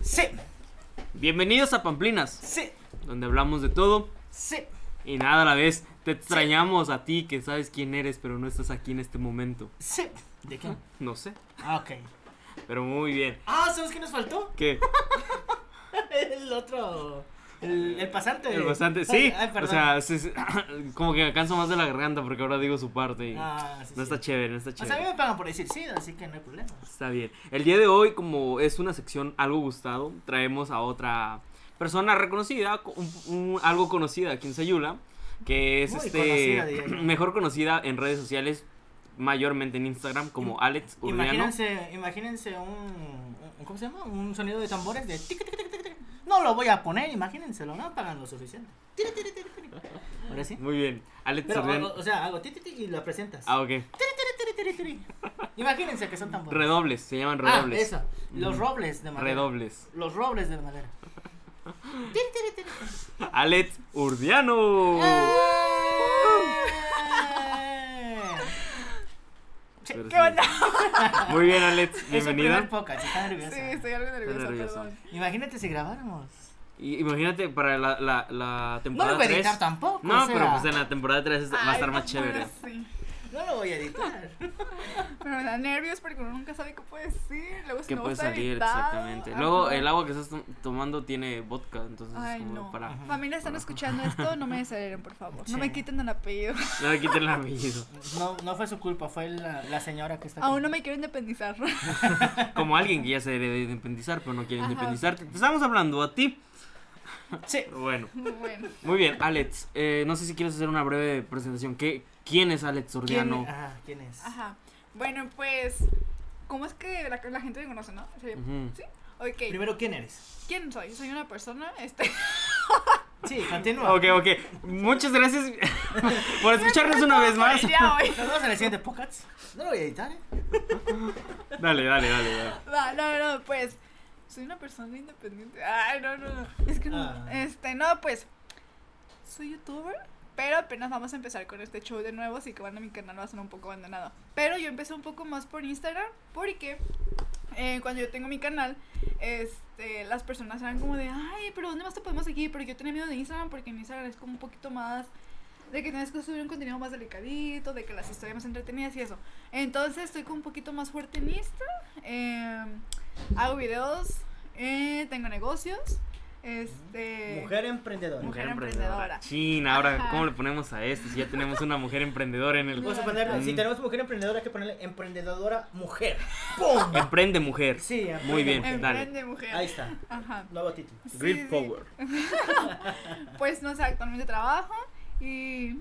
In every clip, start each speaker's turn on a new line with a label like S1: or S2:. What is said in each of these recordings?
S1: Sí,
S2: Bienvenidos a Pamplinas,
S1: sí,
S2: donde hablamos de todo
S1: sí.
S2: y nada a la vez. Te extrañamos a ti que sabes quién eres, pero no estás aquí en este momento.
S1: Sí. ¿De qué?
S2: No sé,
S1: Ah, ok.
S2: pero muy bien.
S1: Ah, ¿sabes qué nos faltó?
S2: ¿Qué?
S1: El otro. El, el pasante.
S2: El Bastante,
S1: Ay,
S2: sí.
S1: ay, perdón.
S2: o sea, sí, sí, como que me canso más de la garganta porque ahora digo su parte y
S1: Ah, sí,
S2: no está Pues
S1: sí.
S2: chévere, no está
S1: O sea, a mí
S2: chévere.
S1: me pagan por decir sí, así que no hay problema.
S2: Está bien. El día de hoy, como es una sección algo gustado, traemos a otra persona reconocida, un- un- algo conocida aquí en Sayula, que es
S1: Muy
S2: este
S1: conocida, diría yo.
S2: mejor conocida en redes sociales, mayormente en Instagram, como Alex Urriano.
S1: Imagínense, imagínense un, un- ¿Cómo se llama? Un sonido de tambores de. tic, tic, tic, tic, tic. No lo voy a poner, imagínenselo, no pagan lo suficiente. Tiri, tiri, tiri, tiri. Ahora sí.
S2: Muy bien. Alex
S1: Pero,
S2: Urriano.
S1: o, o sea, hago ti, ti, ti y la presentas.
S2: Ah, ok.
S1: Tiri, tiri, tiri, tiri. Imagínense que son tambores.
S2: Redobles, se llaman
S1: Ah,
S2: redobles.
S1: eso. Los
S2: Mm.
S1: robles de madera.
S2: Redobles.
S1: Los robles de madera. Tiri, tiri, tiri.
S2: Alex Urdiano.
S1: Ah. Oh. ¡Eh! Sí,
S2: Pero
S3: ¿Qué
S2: sí.
S3: onda?
S2: Muy bien, Alex,
S1: Es el primer
S2: bienvenida.
S1: podcast, está nerviosa.
S3: Sí, estoy algo nerviosa,
S2: nervioso.
S3: perdón.
S1: Imagínate si grabáramos.
S2: Y- Imagínate para la, la, la
S1: No
S2: temporada
S1: lo voy a editar
S2: 3.
S1: tampoco.
S2: No,
S1: o sea,
S2: pero pues en la temporada 3 va a
S3: Ay,
S2: estar
S3: no
S2: más
S3: puedo,
S2: chévere.
S3: sí.
S1: No lo voy a editar.
S3: Pero me da nervios porque uno nunca sabe qué puede decir. Luego si
S2: Que
S3: no
S2: puede
S3: está
S2: salir,
S3: editado.
S2: exactamente.
S3: Ajá.
S2: Luego, el agua que estás tom- tomando tiene vodka, entonces es
S3: Ay,
S2: como
S3: no.
S2: para.
S1: Ajá.
S3: Familia, están escuchando esto, no me desaleren, por favor.
S1: Sí.
S3: No me quiten el apellido.
S2: No le quiten el apellido.
S1: No, no fue su culpa, fue la, la señora que está. aquí.
S3: Aún no me quiero independizar.
S2: Como alguien que ya se debe independizar, pero no quiere
S3: Ajá.
S2: independizarte. Te estamos hablando a ti.
S1: Sí.
S2: Bueno,
S3: bueno.
S2: muy bien, Alex. eh, no sé si quieres hacer una breve presentación. ¿Qué, ¿Quién es Alex
S1: ¿Quién,
S2: Ordiano?
S1: ajá, ¿quién es?
S3: Ajá. Bueno, pues. ¿Cómo es que la, la gente me conoce, no? O sea,
S2: Ujú.
S3: ¿Sí? Ok.
S1: Primero, ¿quién eres?
S3: ¿Quién soy? Soy una persona. Este.
S1: Sí, continúa.
S2: Ok, ok. Muchas gracias por escucharnos una vez más.
S3: El día de hoy.
S1: Nos vemos en el siguiente podcast. No lo voy a editar, ¿eh?
S2: Dale, dale, dale. dale.
S3: No, no, no, pues soy una persona independiente. Ay, no, no, no. Es que no.
S1: Ah.
S3: Este, no, pues soy youtuber, pero apenas vamos a empezar con este show de nuevo, así que van a mi canal va a ser un poco abandonado. Pero yo empecé un poco más por Instagram porque eh, cuando yo tengo mi canal, este, las personas eran como de, ay, pero ¿dónde más te podemos seguir? Pero yo tenía miedo de Instagram porque en Instagram es como un poquito más de que tienes que subir un contenido más delicadito, de que las historias más entretenidas y eso. Entonces estoy como un poquito más fuerte en Insta. eh, hago videos, eh, tengo negocios. Este,
S1: Eh. Mujer emprendedora.
S3: Mujer. emprendedora.
S2: China, ahora,
S3: Ajá.
S2: ¿cómo le ponemos a esto? Si ya tenemos una mujer emprendedora en el.
S1: Vamos a ponerle,
S2: Mm.
S1: si tenemos mujer emprendedora, hay que ponerle emprendedora mujer. ¡Pum!
S2: Emprende mujer.
S1: Sí, emprende
S2: Muy bien.
S1: mujer.
S2: Dale.
S3: Emprende mujer.
S1: Ahí está,
S3: Ajá.
S1: nuevo título.
S3: Sí,
S2: Real
S3: sí.
S2: power.
S3: Pues no sé, actualmente trabajo y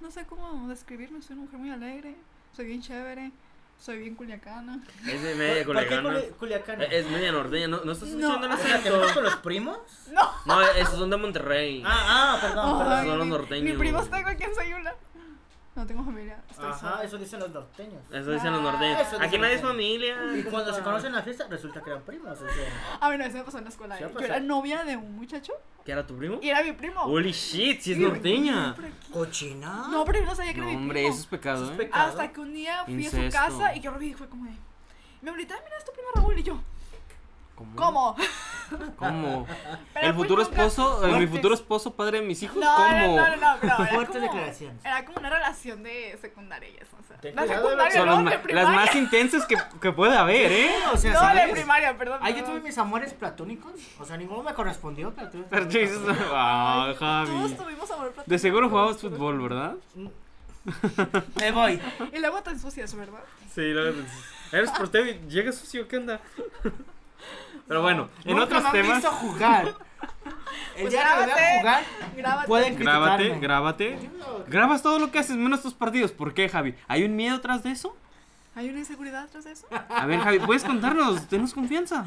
S3: no sé cómo describirme. Soy una mujer muy alegre, soy bien chévere, soy bien culiacana.
S2: Es de media
S1: ¿Por qué
S2: colegana.
S1: Culi- Culiacán?
S2: Es media norteña, ¿no, no estás
S3: No.
S2: escuchando el
S1: ¿Te
S2: acento?
S1: metes con los primos?
S2: No, esos son de Monterrey.
S1: Ah, ah, perdón,
S3: Ay,
S1: perdón.
S2: Solo
S3: mi-
S2: norteños.
S3: Ni primos tengo aquí en Sayula. No tengo familia, estoy
S1: Ajá,
S3: sola.
S1: eso dicen los norteños.
S2: Eso dicen los norteños.
S1: Ah, eso
S2: Aquí
S1: dicen
S2: nadie es
S1: los
S2: familia.
S1: Y cuando se conocen en la fiesta, resulta que eran primos. o sea.
S3: Ah, bueno, eso me pasó en la escuela.
S1: Sí,
S3: eh. Yo
S1: pues,
S3: era
S1: eh.
S3: novia de un muchacho
S2: ¿Qué era tu primo?
S3: y era mi primo.
S2: Holy shit, si es
S3: Y-
S2: norteña.
S3: por aquí.
S1: ¿Cochina?
S3: No, pero yo no sabía que
S2: No,
S3: era mi
S2: hombre,
S3: primo.
S2: eso es pecado,
S1: Eso es
S2: ¿eh?
S1: pe-
S3: Hasta que un día fui a su
S2: Incesto.
S3: casa y yo lo vi y fue como de. Mi abuelita, "Ay, mira, es tu primo Raúl. Y yo, ¿cómo?
S2: ¿Cómo?
S3: Pero
S2: ¿El
S3: pues
S2: futuro
S3: nunca-
S2: esposo? eh, ¿Mi
S1: Fuertes.
S2: futuro esposo, padre de mis hijos?
S3: No,
S2: ¿Cómo?
S3: no, no, no, no, pero era
S1: Fuertes
S3: como-
S1: declaraciones.
S3: Era como una relación de secundaria y eso, o sea.
S1: Ten
S3: La
S1: cuidado,
S3: secundaria,
S2: Son
S3: no,
S2: los ma-
S3: de
S2: las
S3: primaria.
S2: más intensas que, que puede haber, ¿eh?
S1: O sea,
S3: No, de
S1: ¿sabes?
S3: primaria, perdón.
S1: Ah, yo
S3: perdón.
S1: tuve mis amores platónicos. O sea, ninguno me correspondió, pero tuve-
S2: Pero Jesus, ah,
S3: Todos
S2: Javi.
S3: tuvimos amor platónico.
S2: De seguro jugabas fútbol, ¿verdad?
S1: Me voy.
S3: Y luego te ensucias, ¿verdad?
S2: Sí, luego eres portero y llegas sucio, ¿qué onda? Pero bueno, en
S1: Nunca me
S2: otros
S1: han
S2: temas,
S1: visto jugar. El día que me
S3: Pues
S1: vean
S3: grábate.
S1: jugar,
S3: Grábate.
S1: pueden
S2: grábate,
S1: criticarme.
S2: grábate. Grabas todo lo que haces, menos tus partidos. ¿Por qué, Javi? ¿Hay un miedo tras de eso?
S3: ¿Hay una inseguridad tras de eso?
S2: A ver, Javi, ¿puedes contarnos? Tenos confianza.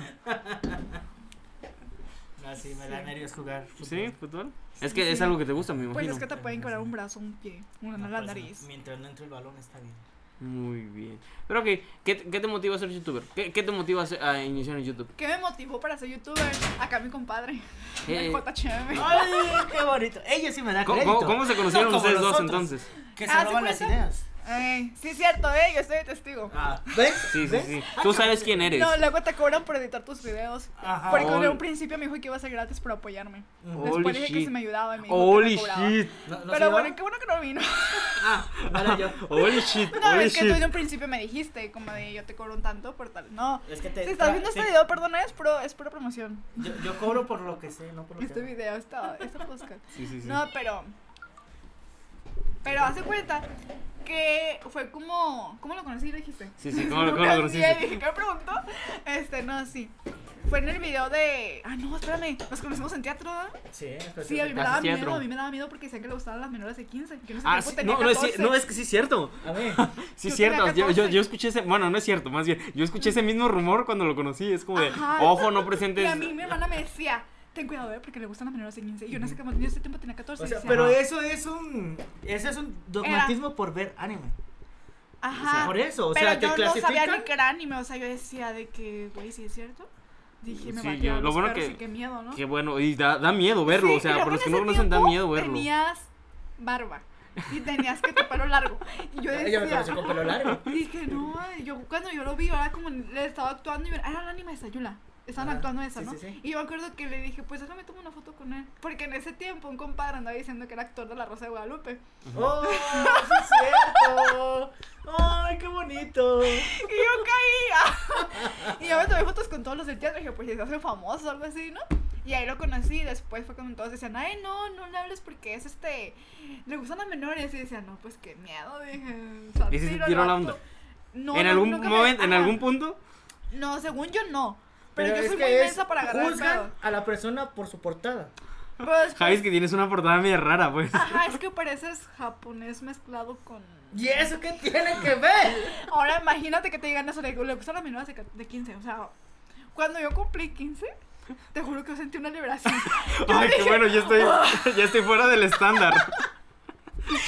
S1: No, sí, me da nervios jugar. fútbol.
S2: ¿Sí? ¿Fútbol? Es
S3: Sí,
S2: que es
S3: sí.
S2: algo que te gusta, me
S3: Pues
S2: imagino.
S3: es que te pueden quebrar un brazo, un pie, una
S1: No,
S3: la
S1: pues,
S3: nariz.
S1: Mientras no entre el balón, está bien.
S2: Muy bien. Pero ok, ¿qué, te- qué te motiva a ser youtuber? ¿Qué, qué te motiva a, ser- a iniciar en YouTube?
S3: ¿Qué me motivó para ser youtuber? Acá mi compadre,
S2: Eh,
S3: el JHM.
S1: ¡Ay, qué bonito! Ella sí me da
S2: ¿Cómo,
S1: crédito.
S2: cómo- cómo se conocieron
S1: No como
S2: ustedes dos
S1: nosotros,
S2: entonces?
S1: Que
S3: Ah,
S1: se
S3: ¿se
S1: roban las
S3: cuenta?
S1: ideas.
S3: Ay, sí es cierto, eh, yo estoy de testigo.
S1: Ah, ¿Ves?
S2: Sí, sí,
S1: ¿Ves?
S2: sí. Tú sabes quién eres.
S3: Ah, No, luego te cobran por editar tus videos.
S1: Ajá.
S3: Porque
S2: Ol-
S3: en un principio me dijo que iba a ser gratis por apoyarme.
S1: Mm.
S3: Después
S2: Holy
S3: dije que
S2: shit.
S3: si me ayudaba y me dijo que
S2: Holy
S3: me cobraba.
S2: shit.
S1: No- no
S3: Pero
S1: se
S3: bueno,
S1: dio.
S3: qué bueno que no vino.
S1: Ah, ahora yo.
S2: Holy shit.
S3: No,
S2: holy
S3: es que tú
S2: shit.
S3: de un principio me dijiste, como de yo te cobro un tanto por tal. No.
S1: Es que te.
S3: Si estás
S1: tra-
S3: viendo este
S1: sí.
S3: video, perdona, es, pro, es pura promoción.
S1: Yo, yo cobro por lo que sé, no por lo
S3: Este
S1: que. hago.
S3: video, esta, esta podcast.
S2: Sí, sí, sí.
S3: No, pero. Pero hace cuenta que fue como. ¿Cómo lo conocí? Lo dijiste.
S2: Sí, sí, ¿cómo lo- cómo lo
S3: Nunca
S2: conociste?
S3: olvidé, Dije, ¿qué me preguntó? Este, no, sí. Fue en el video de. Ah, no, espérame. Nos conocimos en teatro, ¿verdad?
S1: Sí, es que-
S3: Sí, a mí me
S2: Ah,
S3: daba
S2: sí, teatro.
S3: miedo. A mí me daba miedo porque decían que le gustaban las menores de 15. Yo no sé
S2: Ah,
S3: tiempo
S2: sí,
S3: tenía
S2: no, no es, ci-
S3: 14.
S2: no, es que sí es cierto.
S1: A ver.
S2: Sí es
S3: Yo tenía
S2: cierto. Yo, yo,
S3: 14.
S2: yo escuché ese. Bueno, no es cierto, más bien. Yo escuché ese mismo rumor cuando lo conocí. Es como de.
S3: Ajá.
S2: Ojo, no
S3: Y
S2: presentes.
S3: a mí mi hermana me decía, ten cuidado, ¿eh? Porque le gustan las menores de 15. Y yo no sé qué más, yo ese tiempo tenía 14.
S1: O sea,
S3: decía,
S1: pero
S2: Ajá.
S1: eso es un. Ese es un dogmatismo por ver anime.
S3: Ajá.
S1: por eso, o
S3: Ah, pero
S1: sea, te
S3: yo no
S1: clasifican.
S3: sabía ni que era anime, o sea, yo decía de que, güey, sí es cierto. Dije, me
S2: Sí,
S3: va a
S2: yo-
S3: tirar
S2: lo
S3: los
S2: bueno
S3: perros
S2: que-
S3: y qué miedo, ¿no?
S2: Qué bueno. Y da, da miedo verlo.
S3: Sí,
S2: o
S3: y
S2: sea,
S3: luego
S2: para los
S3: en
S2: que no
S3: ese
S2: lo conocen, da
S3: tiempo
S2: miedo verlo.
S3: Tenías barba y tenías que tu pelo largo. Y yo
S1: Ella Ah, me conoció
S3: decía,
S1: con pelo largo.
S3: dije, no, yo cuando yo lo vi, ahora como le estaba actuando, y yo, era el anime de Sayula. Estaban
S1: Ajá,
S3: actuando esa,
S1: sí,
S3: ¿no?
S1: sí, sí.
S3: Y yo me acuerdo que le dije, pues déjame tomar una foto con él. Porque en ese tiempo un compadre andaba diciendo que era actor de La Rosa de Guadalupe.
S1: ¡Oh! ¡Sí es cierto! ¡Ay, qué bonito!
S3: Y yo caía. y yo me tomé fotos con todos los del teatro. Y dije, pues si se hace famoso o algo así, ¿no? Y ahí lo conocí. Y después fue cuando todos decían, ay, no, no le hables porque es este. Le gustan las menores. Y decía, no, pues qué miedo. Dije, o sea,
S2: Y sí se
S3: tiro al
S2: tiró la
S3: vato".
S2: onda.
S3: No,
S2: en
S3: no,
S2: algún
S3: nunca me-
S2: momento, en
S3: ajá.
S2: algún punto.
S3: No, según yo no. Pero, yo
S1: es
S3: soy
S1: que
S3: muy
S1: es-
S3: inmensa para agarrar. el
S1: Juzgan
S3: pedo.
S1: a la persona por su portada.
S3: Pero después-
S2: Javi, es que tienes una portada media rara, pues.
S3: Ajá, es que pareces japonés mezclado con.
S1: ¿Y eso qué tiene que ver?
S3: Ahora imagínate que te digan eso, le, le gustan las menores de, ca- de 15. O sea, cuando yo cumplí 15, te juro que yo sentí una liberación. Yo,
S2: Ay, qué
S3: dije,
S2: bueno, ya estoy, ya estoy fuera del estándar.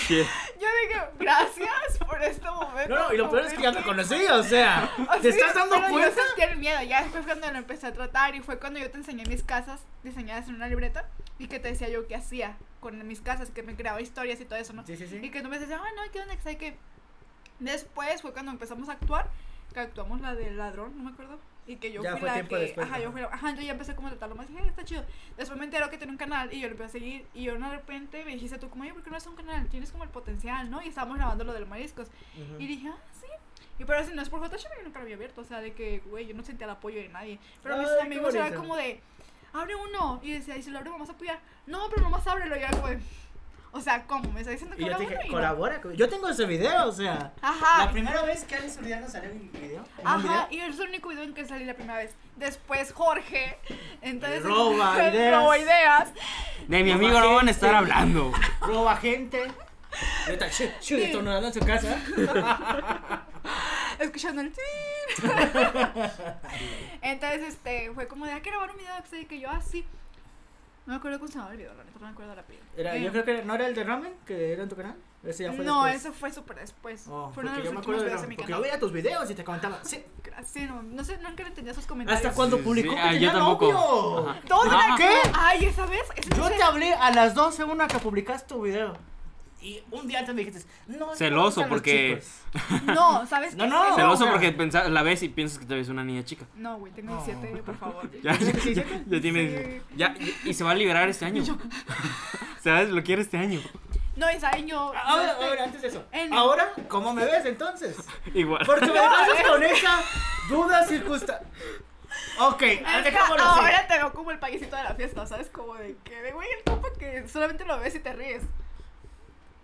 S2: Qué-
S3: yo dije, gracias por este momento.
S1: No, no, y lo peor es que ya te
S3: cumplí
S1: conocí, o sea,
S3: Así
S1: ¿te
S3: es,
S1: estás dando
S3: Ah, pero
S1: cuenta?
S3: Yo sentí el miedo, ya después cuando lo empecé a tratar y fue cuando yo te enseñé mis casas diseñadas en una libreta y que te decía yo qué hacía con mis casas, que me creaba historias y todo eso, ¿no?
S1: Sí, sí,
S3: Y
S1: sí.
S3: que tú me decías, ah, no, ¿qué onda? Que sabe qué?". Después fue cuando empezamos a actuar, que actuamos la del ladrón, no me acuerdo. Y que yo
S1: Ya
S3: fui
S1: fue
S3: la
S1: tiempo
S3: que.
S1: después,
S3: ajá,
S1: ajá.
S3: yo fui la. Ajá, yo ya empecé como a tratarlo más. Dije, "Ah, está chido. Después me enteró que tenía un canal y yo lo empecé a seguir. Y yo de repente me dijiste tú, como, oye, ¿por qué no haces un canal? Tienes como el potencial, ¿no? Y estábamos grabando lo de los mariscos.
S1: Ujú.
S3: Y dije, ah, sí. Y pero si no es por JHM, yo nunca lo había abierto. O sea, de que, güey, yo no sentía el apoyo de nadie. Pero mis
S1: Ay, qué
S3: amigos eran
S1: bonito.
S3: como de, abre uno. Y decía, y si lo abro, vamos a apoyar. No, pero nomás ábrelo. Y era como de, o sea, ¿cómo? Me está diciendo que
S1: Y yo
S3: abra
S1: te
S3: uno
S1: dije,
S3: y no.
S1: colabora. con- Yo tengo ese video, o sea. La
S3: Ajá.
S1: primera vez que Alex Uriano salió en un video. en un
S3: Ah. Ajá,
S1: video,
S3: y es el único video en que salí la primera vez. Después Jorge, entonces
S1: Roba
S3: él
S1: ideas.
S3: roba ideas.
S2: De mi amigo no van a estar hablando.
S1: Roba gente. Y ahorita, shu, shu, Detonando en su casa.
S3: escuchando el tin. Entonces, este, fue como de, hay que grabar un video que sé que yo así. no me acuerdo cómo se llamaba el video, la neta, no me acuerdo la eh, piel.
S1: Era, yo creo que no era el de ramen que era en tu canal. Ese ya fue
S3: No,
S1: después.
S3: eso fue súper después.
S1: Oh,
S3: Fue
S1: porque
S3: uno de los
S1: yo me
S3: últimos
S1: acuerdo de
S3: videos de
S1: ramen,
S3: mi
S1: porque yo
S3: canal.
S1: veía tus videos y te comentaba. Sí.
S3: Sí, no, no sé, nunca le entendía sus comentarios.
S1: Hasta cuando
S2: Sí,
S1: publicó
S2: sí,
S1: que
S2: ah, yo
S1: tenía
S2: tampoco.
S1: novio.
S2: Ajá.
S3: Todos
S1: Ah,
S3: eran-
S1: ¿qué?
S3: Ay, esa vez. esa
S1: Yo
S3: vez-
S1: te hablé a las 12 una que publicaste tu video. Y un día antes me dijiste, no. es que me
S2: Celoso,
S1: gustan los
S2: porque-
S1: chicos.
S3: No, ¿sabes
S1: No,
S3: qué?
S1: no.
S3: Eso-
S2: Celoso porque pensa- la ves y piensas que todavía es una niña chica.
S3: No, güey, tengo
S1: No.
S3: 17, por favor.
S2: Ya, ya,
S1: Sí, sí,
S2: ya- ya tiene. Ya, y se va a liberar este año. Se va a desbloquear este año.
S3: No, y saben, yo. yo
S1: Ahora,
S3: este-
S1: ahora, antes de eso.
S3: En-
S1: Ahora, ¿cómo me ves entonces?
S2: Igual.
S1: Porque me pasas con esa duda circunstancia. Ok,
S3: Es que
S1: dejémoslo así.
S3: ahora te veo como el payasito de la fiesta, ¿sabes? Como de que, de güey, el compa que solamente lo ves y te ríes.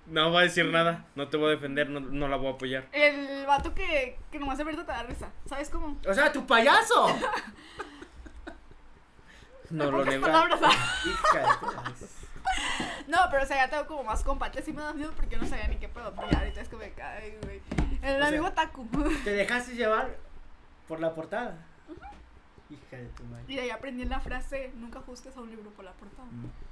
S2: No va a decir nada. No te voy a defender. No, no la voy a apoyar.
S3: El vato que, que nomás de verte te da risa, ¿sabes cómo?
S1: O sea, tu payaso.
S2: No
S3: En
S2: lo
S3: pocas
S2: nego.
S3: palabras, ¿sabes?
S1: Hija de tu-
S3: No, pero o sea, ya te veo como más compacto, sí me da miedo porque yo no sabía ni qué pedo, pero ya ahorita es como de, ay, güey. El
S1: O sea-
S3: amigo Taku.
S1: Te dejaste llevar por la portada. Hija de tu madre.
S3: Y de ahí aprendí la frase, nunca juzgues a un libro por la portada.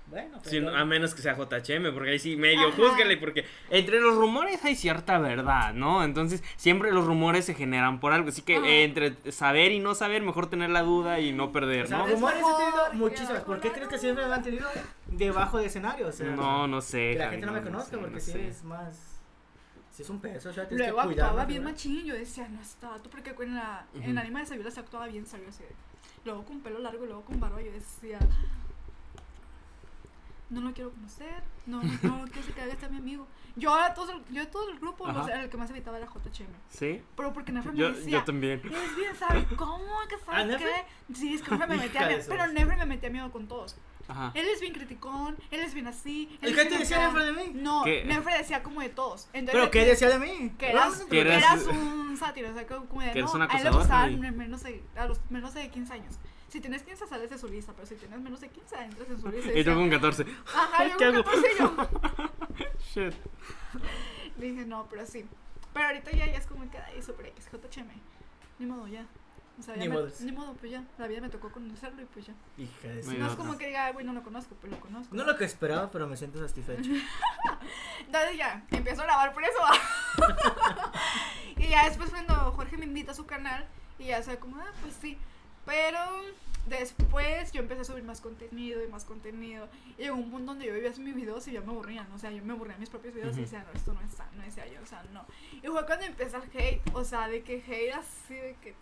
S1: Bueno,
S2: Sí, no,
S1: perdón.
S2: a menos que sea JHM, porque ahí sí medio
S3: Ajá.
S2: júzguele, porque entre los rumores hay cierta verdad, ¿no? Entonces, siempre los rumores se generan por algo, así que
S3: Ajá.
S2: eh, entre saber y no saber, mejor tener la duda y no
S1: O
S2: perder,
S1: sea,
S2: ¿no?
S3: es-
S1: rumores he tenido
S3: mejor
S1: muchísimas.
S3: que
S1: ¿Por qué
S3: hablar
S1: crees que siempre me han tenido debajo de escenario? O sea,
S2: No, no sé.
S1: que la
S2: Javi,
S1: gente no me conozca
S2: sé,
S1: porque
S2: no
S1: sí
S2: sé.
S1: es más. Si es un peso, ya tienes
S3: Luego
S1: que cuidar.
S3: actuaba
S1: la
S3: bien
S1: figura.
S3: machín. Yo decía, no está tú porque en la en
S2: Ujú.
S3: Anima de Sayula se actuaba bien, salió así. de- Luego con pelo largo, y luego con barba. Yo decía, no lo quiero conocer. No, no, que se caiga este mi amigo. Yo a todo, yo a todo el grupo, los-
S2: Ajá.
S3: el que más evitaba era JHM.
S2: Sí.
S3: Pero porque Nefra me
S2: Yo,
S3: decía,
S2: yo también.
S3: es bien, ¿sabes cómo? ¿Qué
S1: ¿Ah,
S3: sabe
S1: Nefra?
S3: qué? Sí, es que Nefra me
S1: Hija
S3: metía
S1: de
S3: miedo.
S1: sus.
S3: Pero Nefra me metía miedo con todos.
S2: Ajá.
S3: Él es bien criticón, él es bien así. él
S1: ¿Y
S3: es
S1: qué
S3: bien
S1: te decía
S3: acá.
S1: Nefra de mí?
S3: No,
S2: ¿Qué?
S3: Nefra decía como de todos. Entonces,
S1: ¿Pero
S3: de
S1: qué
S3: que-
S1: decía de mí?
S3: que eras,
S1: Realmente,
S2: que
S3: que
S2: eras-
S3: eras, un sátiro, o sea, como como de,
S2: que eres
S3: no,
S2: un
S3: a él le
S2: acosador,
S3: gustaban
S2: güey.
S3: menos de, a los menos de 15 años. Si tienes 15 sales de su lista, pero si tienes menos de 15 entras en su lista.
S2: Y yo con 14.
S3: Ajá, yo
S2: ¿qué
S3: con
S2: hago?
S3: 14 yo.
S2: Shit.
S3: Le dije, no, pero sí. Pero ahorita ya, ya es como que, ay, super X, JHM. Ni modo, ya. O sea, ya
S1: Ni
S3: me-
S1: modos.
S3: ni modo, pues ya. La vida me tocó conocerlo y pues ya.
S1: Hija de
S2: Muy
S1: su-
S3: No es
S2: bien.
S3: como que diga, ay, güey, no lo conozco, pues lo conozco.
S1: No lo que esperaba, pero me siento satisfecho.
S3: Entonces ya, empiezo a grabar por eso. y ya después cuando Jorge me invita a su canal y ya soy como, ah, pues sí. Pero después yo empecé a subir más contenido y más contenido. Y llegó un punto donde yo veía mis videos y ya me aburrían. O sea, yo me aburría de mis propios videos
S2: Ujú.
S3: y decía, no, esto no está, no decía yo, o sea, no. Y fue cuando empecé el hate, o sea, de que hate así, de que...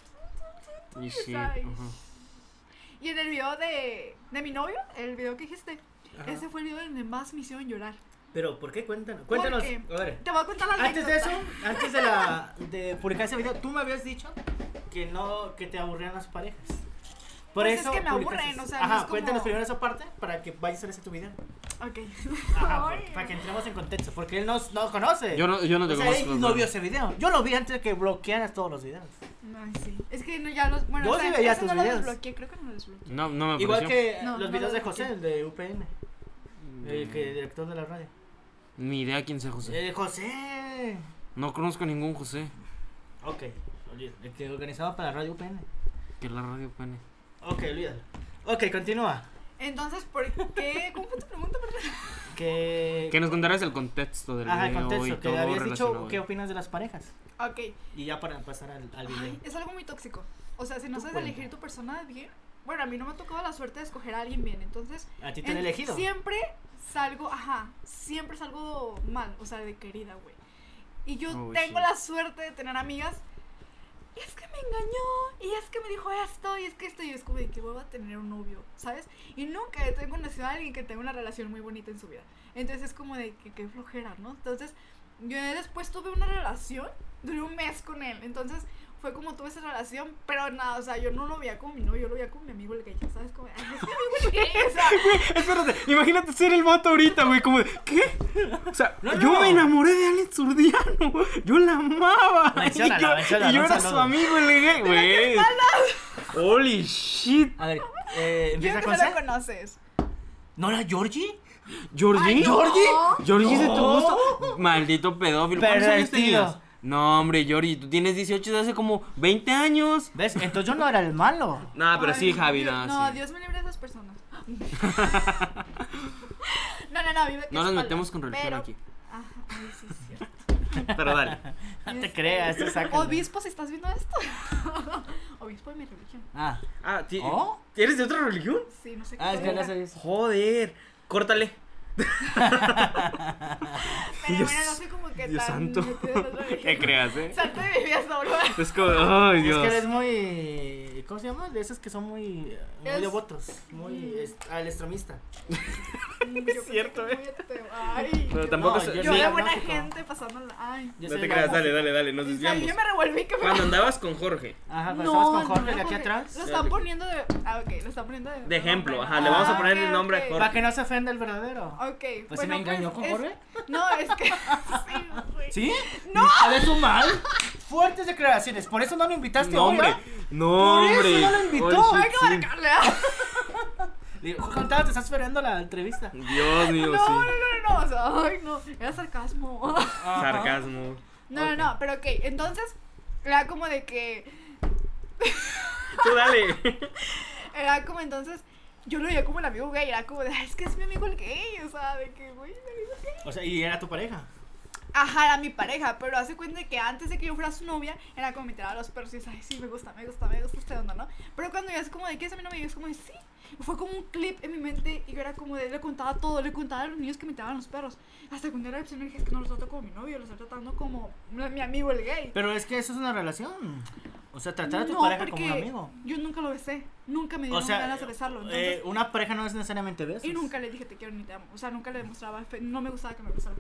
S2: Y shit.
S3: Ay.
S2: ajá.
S3: Y en el video de, de mi novio, el video que dijiste,
S1: Ajá.
S3: ese fue el video donde más me hicieron llorar.
S1: Pero, ¿por qué? Cuéntanos. Cuéntanos.
S3: Porque-
S1: A ver.
S3: Te voy a contar la
S1: Antes de eso,
S3: anécdota.
S1: antes de, la, de publicar ese video, tú me habías dicho que no, que te aburrían las parejas. Por
S3: Pues es
S1: eso
S3: que me
S1: publicaste-
S3: aburren, o sea, no
S1: Ajá,
S3: es como-
S1: cuéntanos primero esa parte para que vayas a hacer tu video.
S3: Ok.
S1: Ajá,
S3: Ay.
S1: para que entremos en contexto, porque él no, no conoce.
S2: Yo no, yo no te
S1: o sea,
S2: conozco,
S1: él no
S2: hermano.
S1: vio ese video. Yo lo vi antes de que bloquearas todos los videos.
S3: Ay, sí. Es que no, ya los. Bueno,
S1: Yo
S3: o sea,
S1: sí veía
S3: ese
S1: tus
S3: no
S1: videos.
S3: lo desbloqueé, creo que no lo desbloqueé.
S2: No, no me apareció.
S1: Igual que
S3: No,
S1: los
S3: no
S1: videos
S3: lo
S1: de
S3: vi.
S1: José, el de UPN, el que,
S2: Mm,
S1: director de la radio.
S2: Ni idea quién sea José.
S1: Eh, José.
S2: No conozco a ningún José.
S1: Ok, olvídalo. El que organizaba para Radio UPN.
S2: Que la radio pone.
S1: Ok, olvídalo. Ok, continúa.
S3: Entonces, ¿por qué? ¿Cómo fue tu pregunta? perdón?
S1: Que.
S2: Que nos contarás el contexto del
S1: Eh, Ajá, el
S2: video
S1: contexto.
S2: y
S1: Que
S2: todo
S1: habías dicho
S2: relacionado.
S1: qué opinas de las parejas.
S3: Ok.
S1: Y ya para pasar al, al video.
S3: Ay, es algo muy tóxico. O sea, si no
S1: Tú
S3: sabes
S1: cuenta.
S3: elegir tu persona bien. Bueno, a mí no me ha tocado la suerte de escoger a alguien bien. Entonces.
S1: A ti te han
S3: en-
S1: elegido.
S3: Siempre salgo, ajá. Siempre salgo mal. O sea, de querida, güey. Y yo
S2: Uy,
S3: tengo
S2: sí.
S3: la suerte de tener amigas. Y es que me engañó. Y es que me dijo esto. Y es que esto. Y es como de que vuelvo a tener un novio. ¿Sabes? Y nunca he conocido a alguien que tenga una relación muy bonita en su vida. Entonces es como de que, que flojera, ¿no? Entonces yo después tuve una relación, duré un mes con él, entonces fue como tuve esa relación, pero nada, o sea, yo no lo veía como mi novio, yo lo veía como mi amigo el que ya sabes, como, ay, es mi amigo el gay, o sea,
S2: Espérate, imagínate ser el vato ahorita, güey, como, de, ¿qué? O sea,
S1: No,
S2: yo
S1: no.
S2: me enamoré de Alex Zurdiano, güey, yo la amaba.
S1: Menciónala,
S2: y yo,
S1: menciónala,
S2: y yo
S1: un
S2: era
S1: saludo.
S2: su amigo, el gay, güey. Holy shit.
S1: A ver, eh,
S3: yo
S1: empieza
S3: que
S1: con
S3: no
S1: C.
S3: lo conoces.
S1: ¿No era Georgie?
S2: ¿Georgie?
S3: Ay, no.
S2: ¿Georgie? ¿Georgie es de tu
S1: No.
S2: gusto? Maldito pedófilo. ¿Cuántos años
S1: Pervertido.
S2: tenías? No, hombre, Georgie, tú tienes 18 de hace como 20 años.
S1: ¿Ves? Entonces yo no era el malo.
S2: Nah, Ah, pero
S3: Ay,
S2: sí, Javi,
S3: Dios-
S2: nah,
S3: No,
S2: sí.
S3: Dios me libre de esas personas. no, no, no, vive aquí
S2: No nos
S3: espalda,
S2: metemos con religión
S3: pero-
S2: aquí.
S3: Ajá, ay, sí, es cierto.
S2: Pero dale.
S1: No te creas, tú sácalo.
S3: Obispo, si estás viendo esto. Obispo de mi religión.
S1: Ah,
S2: Ah, ti-
S1: ¿Oh?
S2: ¿eres de otra religión?
S3: Sí, no sé
S1: ah es que
S3: era.
S1: no sabes.
S2: Joder, córtale.
S3: Pero
S2: Dios-
S3: bueno, no sé como que
S2: Dios
S3: tan
S2: santo.
S3: metida en las religiones.
S2: ¿Qué creas, eh?
S3: Salte de mi vida, Sauron.
S2: Es como, ay,
S1: Es
S2: Dios.
S1: que eres muy. ¿Cómo se llama? De esos que son muy. eh, Muy
S3: Es-
S1: devotos. Muy. est- al extremista.
S3: Yo pensé
S2: cierto,
S3: que
S2: eh.
S3: muy ateo. Ay.
S2: Pero
S3: yo-
S2: tampoco
S1: No,
S2: se-
S1: yo
S3: Yo
S1: soy
S3: era buena
S1: agnóstico.
S3: gente pasándola. Ay.
S1: Yo
S2: no
S1: soy
S2: te creas,
S1: agnóstico.
S2: dale, dale, dale, nos
S3: O sea,
S2: desviamos.
S3: yo me revolví que me.
S2: Cuando andabas con Jorge,
S1: Ajá, Ah, pero
S3: No,
S1: estabas con Jorge
S3: no,
S1: de aquí
S3: porque
S1: atrás.
S3: Lo están poniendo de. Ah, ok, lo están poniendo de.
S2: De ejemplo, ajá,
S1: le vamos a
S3: Ah,
S2: poner el
S3: ok,
S2: nombre a
S3: ok.
S2: Jorge.
S1: Para que no se ofenda el verdadero.
S3: Ok,
S1: Pues si me engañó con
S3: es-
S1: Jorge.
S3: No, es que. Sí, güey.
S1: ¿Sí?
S3: ¡No!
S1: ¿Sabes su mal? Fuertes declaraciones. Por eso no lo invitaste
S2: No,
S1: hoy,
S2: hombre.
S1: ¿ah?
S2: No,
S1: Por eso
S2: hombre.
S1: no lo invitó.
S2: Holy
S3: Hay
S2: shit,
S3: que
S2: sí.
S3: marcarle. ah.
S1: Le digo, Jorge, ahorita te estás esperando la entrevista.
S2: Dios mío,
S3: No,
S2: sí.
S3: no, no, no. o sea, Ay, no. Era sarcasmo.
S2: Sarcasmo.
S3: No, no, no, pero ok, entonces era como de que,
S2: Tú dale.
S3: era como entonces, yo lo veía como el amigo gay, era como de, "Ay, es que es mi amigo el gay, o sea, de que, güey, es mi amigo gay.
S1: O sea, y era tu pareja.
S3: Ajá, era mi pareja, pero hace cuenta de que antes de que yo fuera su novia, era como me tiraba los perros y decía, ay, sí, me gusta, me gusta, me gusta este onda, ¿no? Pero cuando ya es como de que es mi novia, yo es como de, sí, Fue como un clip en mi mente y yo era como de, le contaba todo, le contaba a los niños que me tiraban los perros. Hasta cuando era el señor dije, es que no los trato como mi novio, los estoy tratando como la- mi amigo el gay.
S1: Pero es que eso es una relación. O sea, tratar a tu
S3: No,
S1: pareja como un
S3: porque
S1: amigo.
S3: Yo nunca lo besé, nunca me
S1: O
S3: dieron
S1: sea,
S3: ganas de besarlo.
S1: eh,
S3: Entonces,
S1: una pareja no es necesariamente besos.
S3: y nunca le dije te quiero ni te amo. O sea, nunca le demostraba, fe- no me gustaba que me abrazara.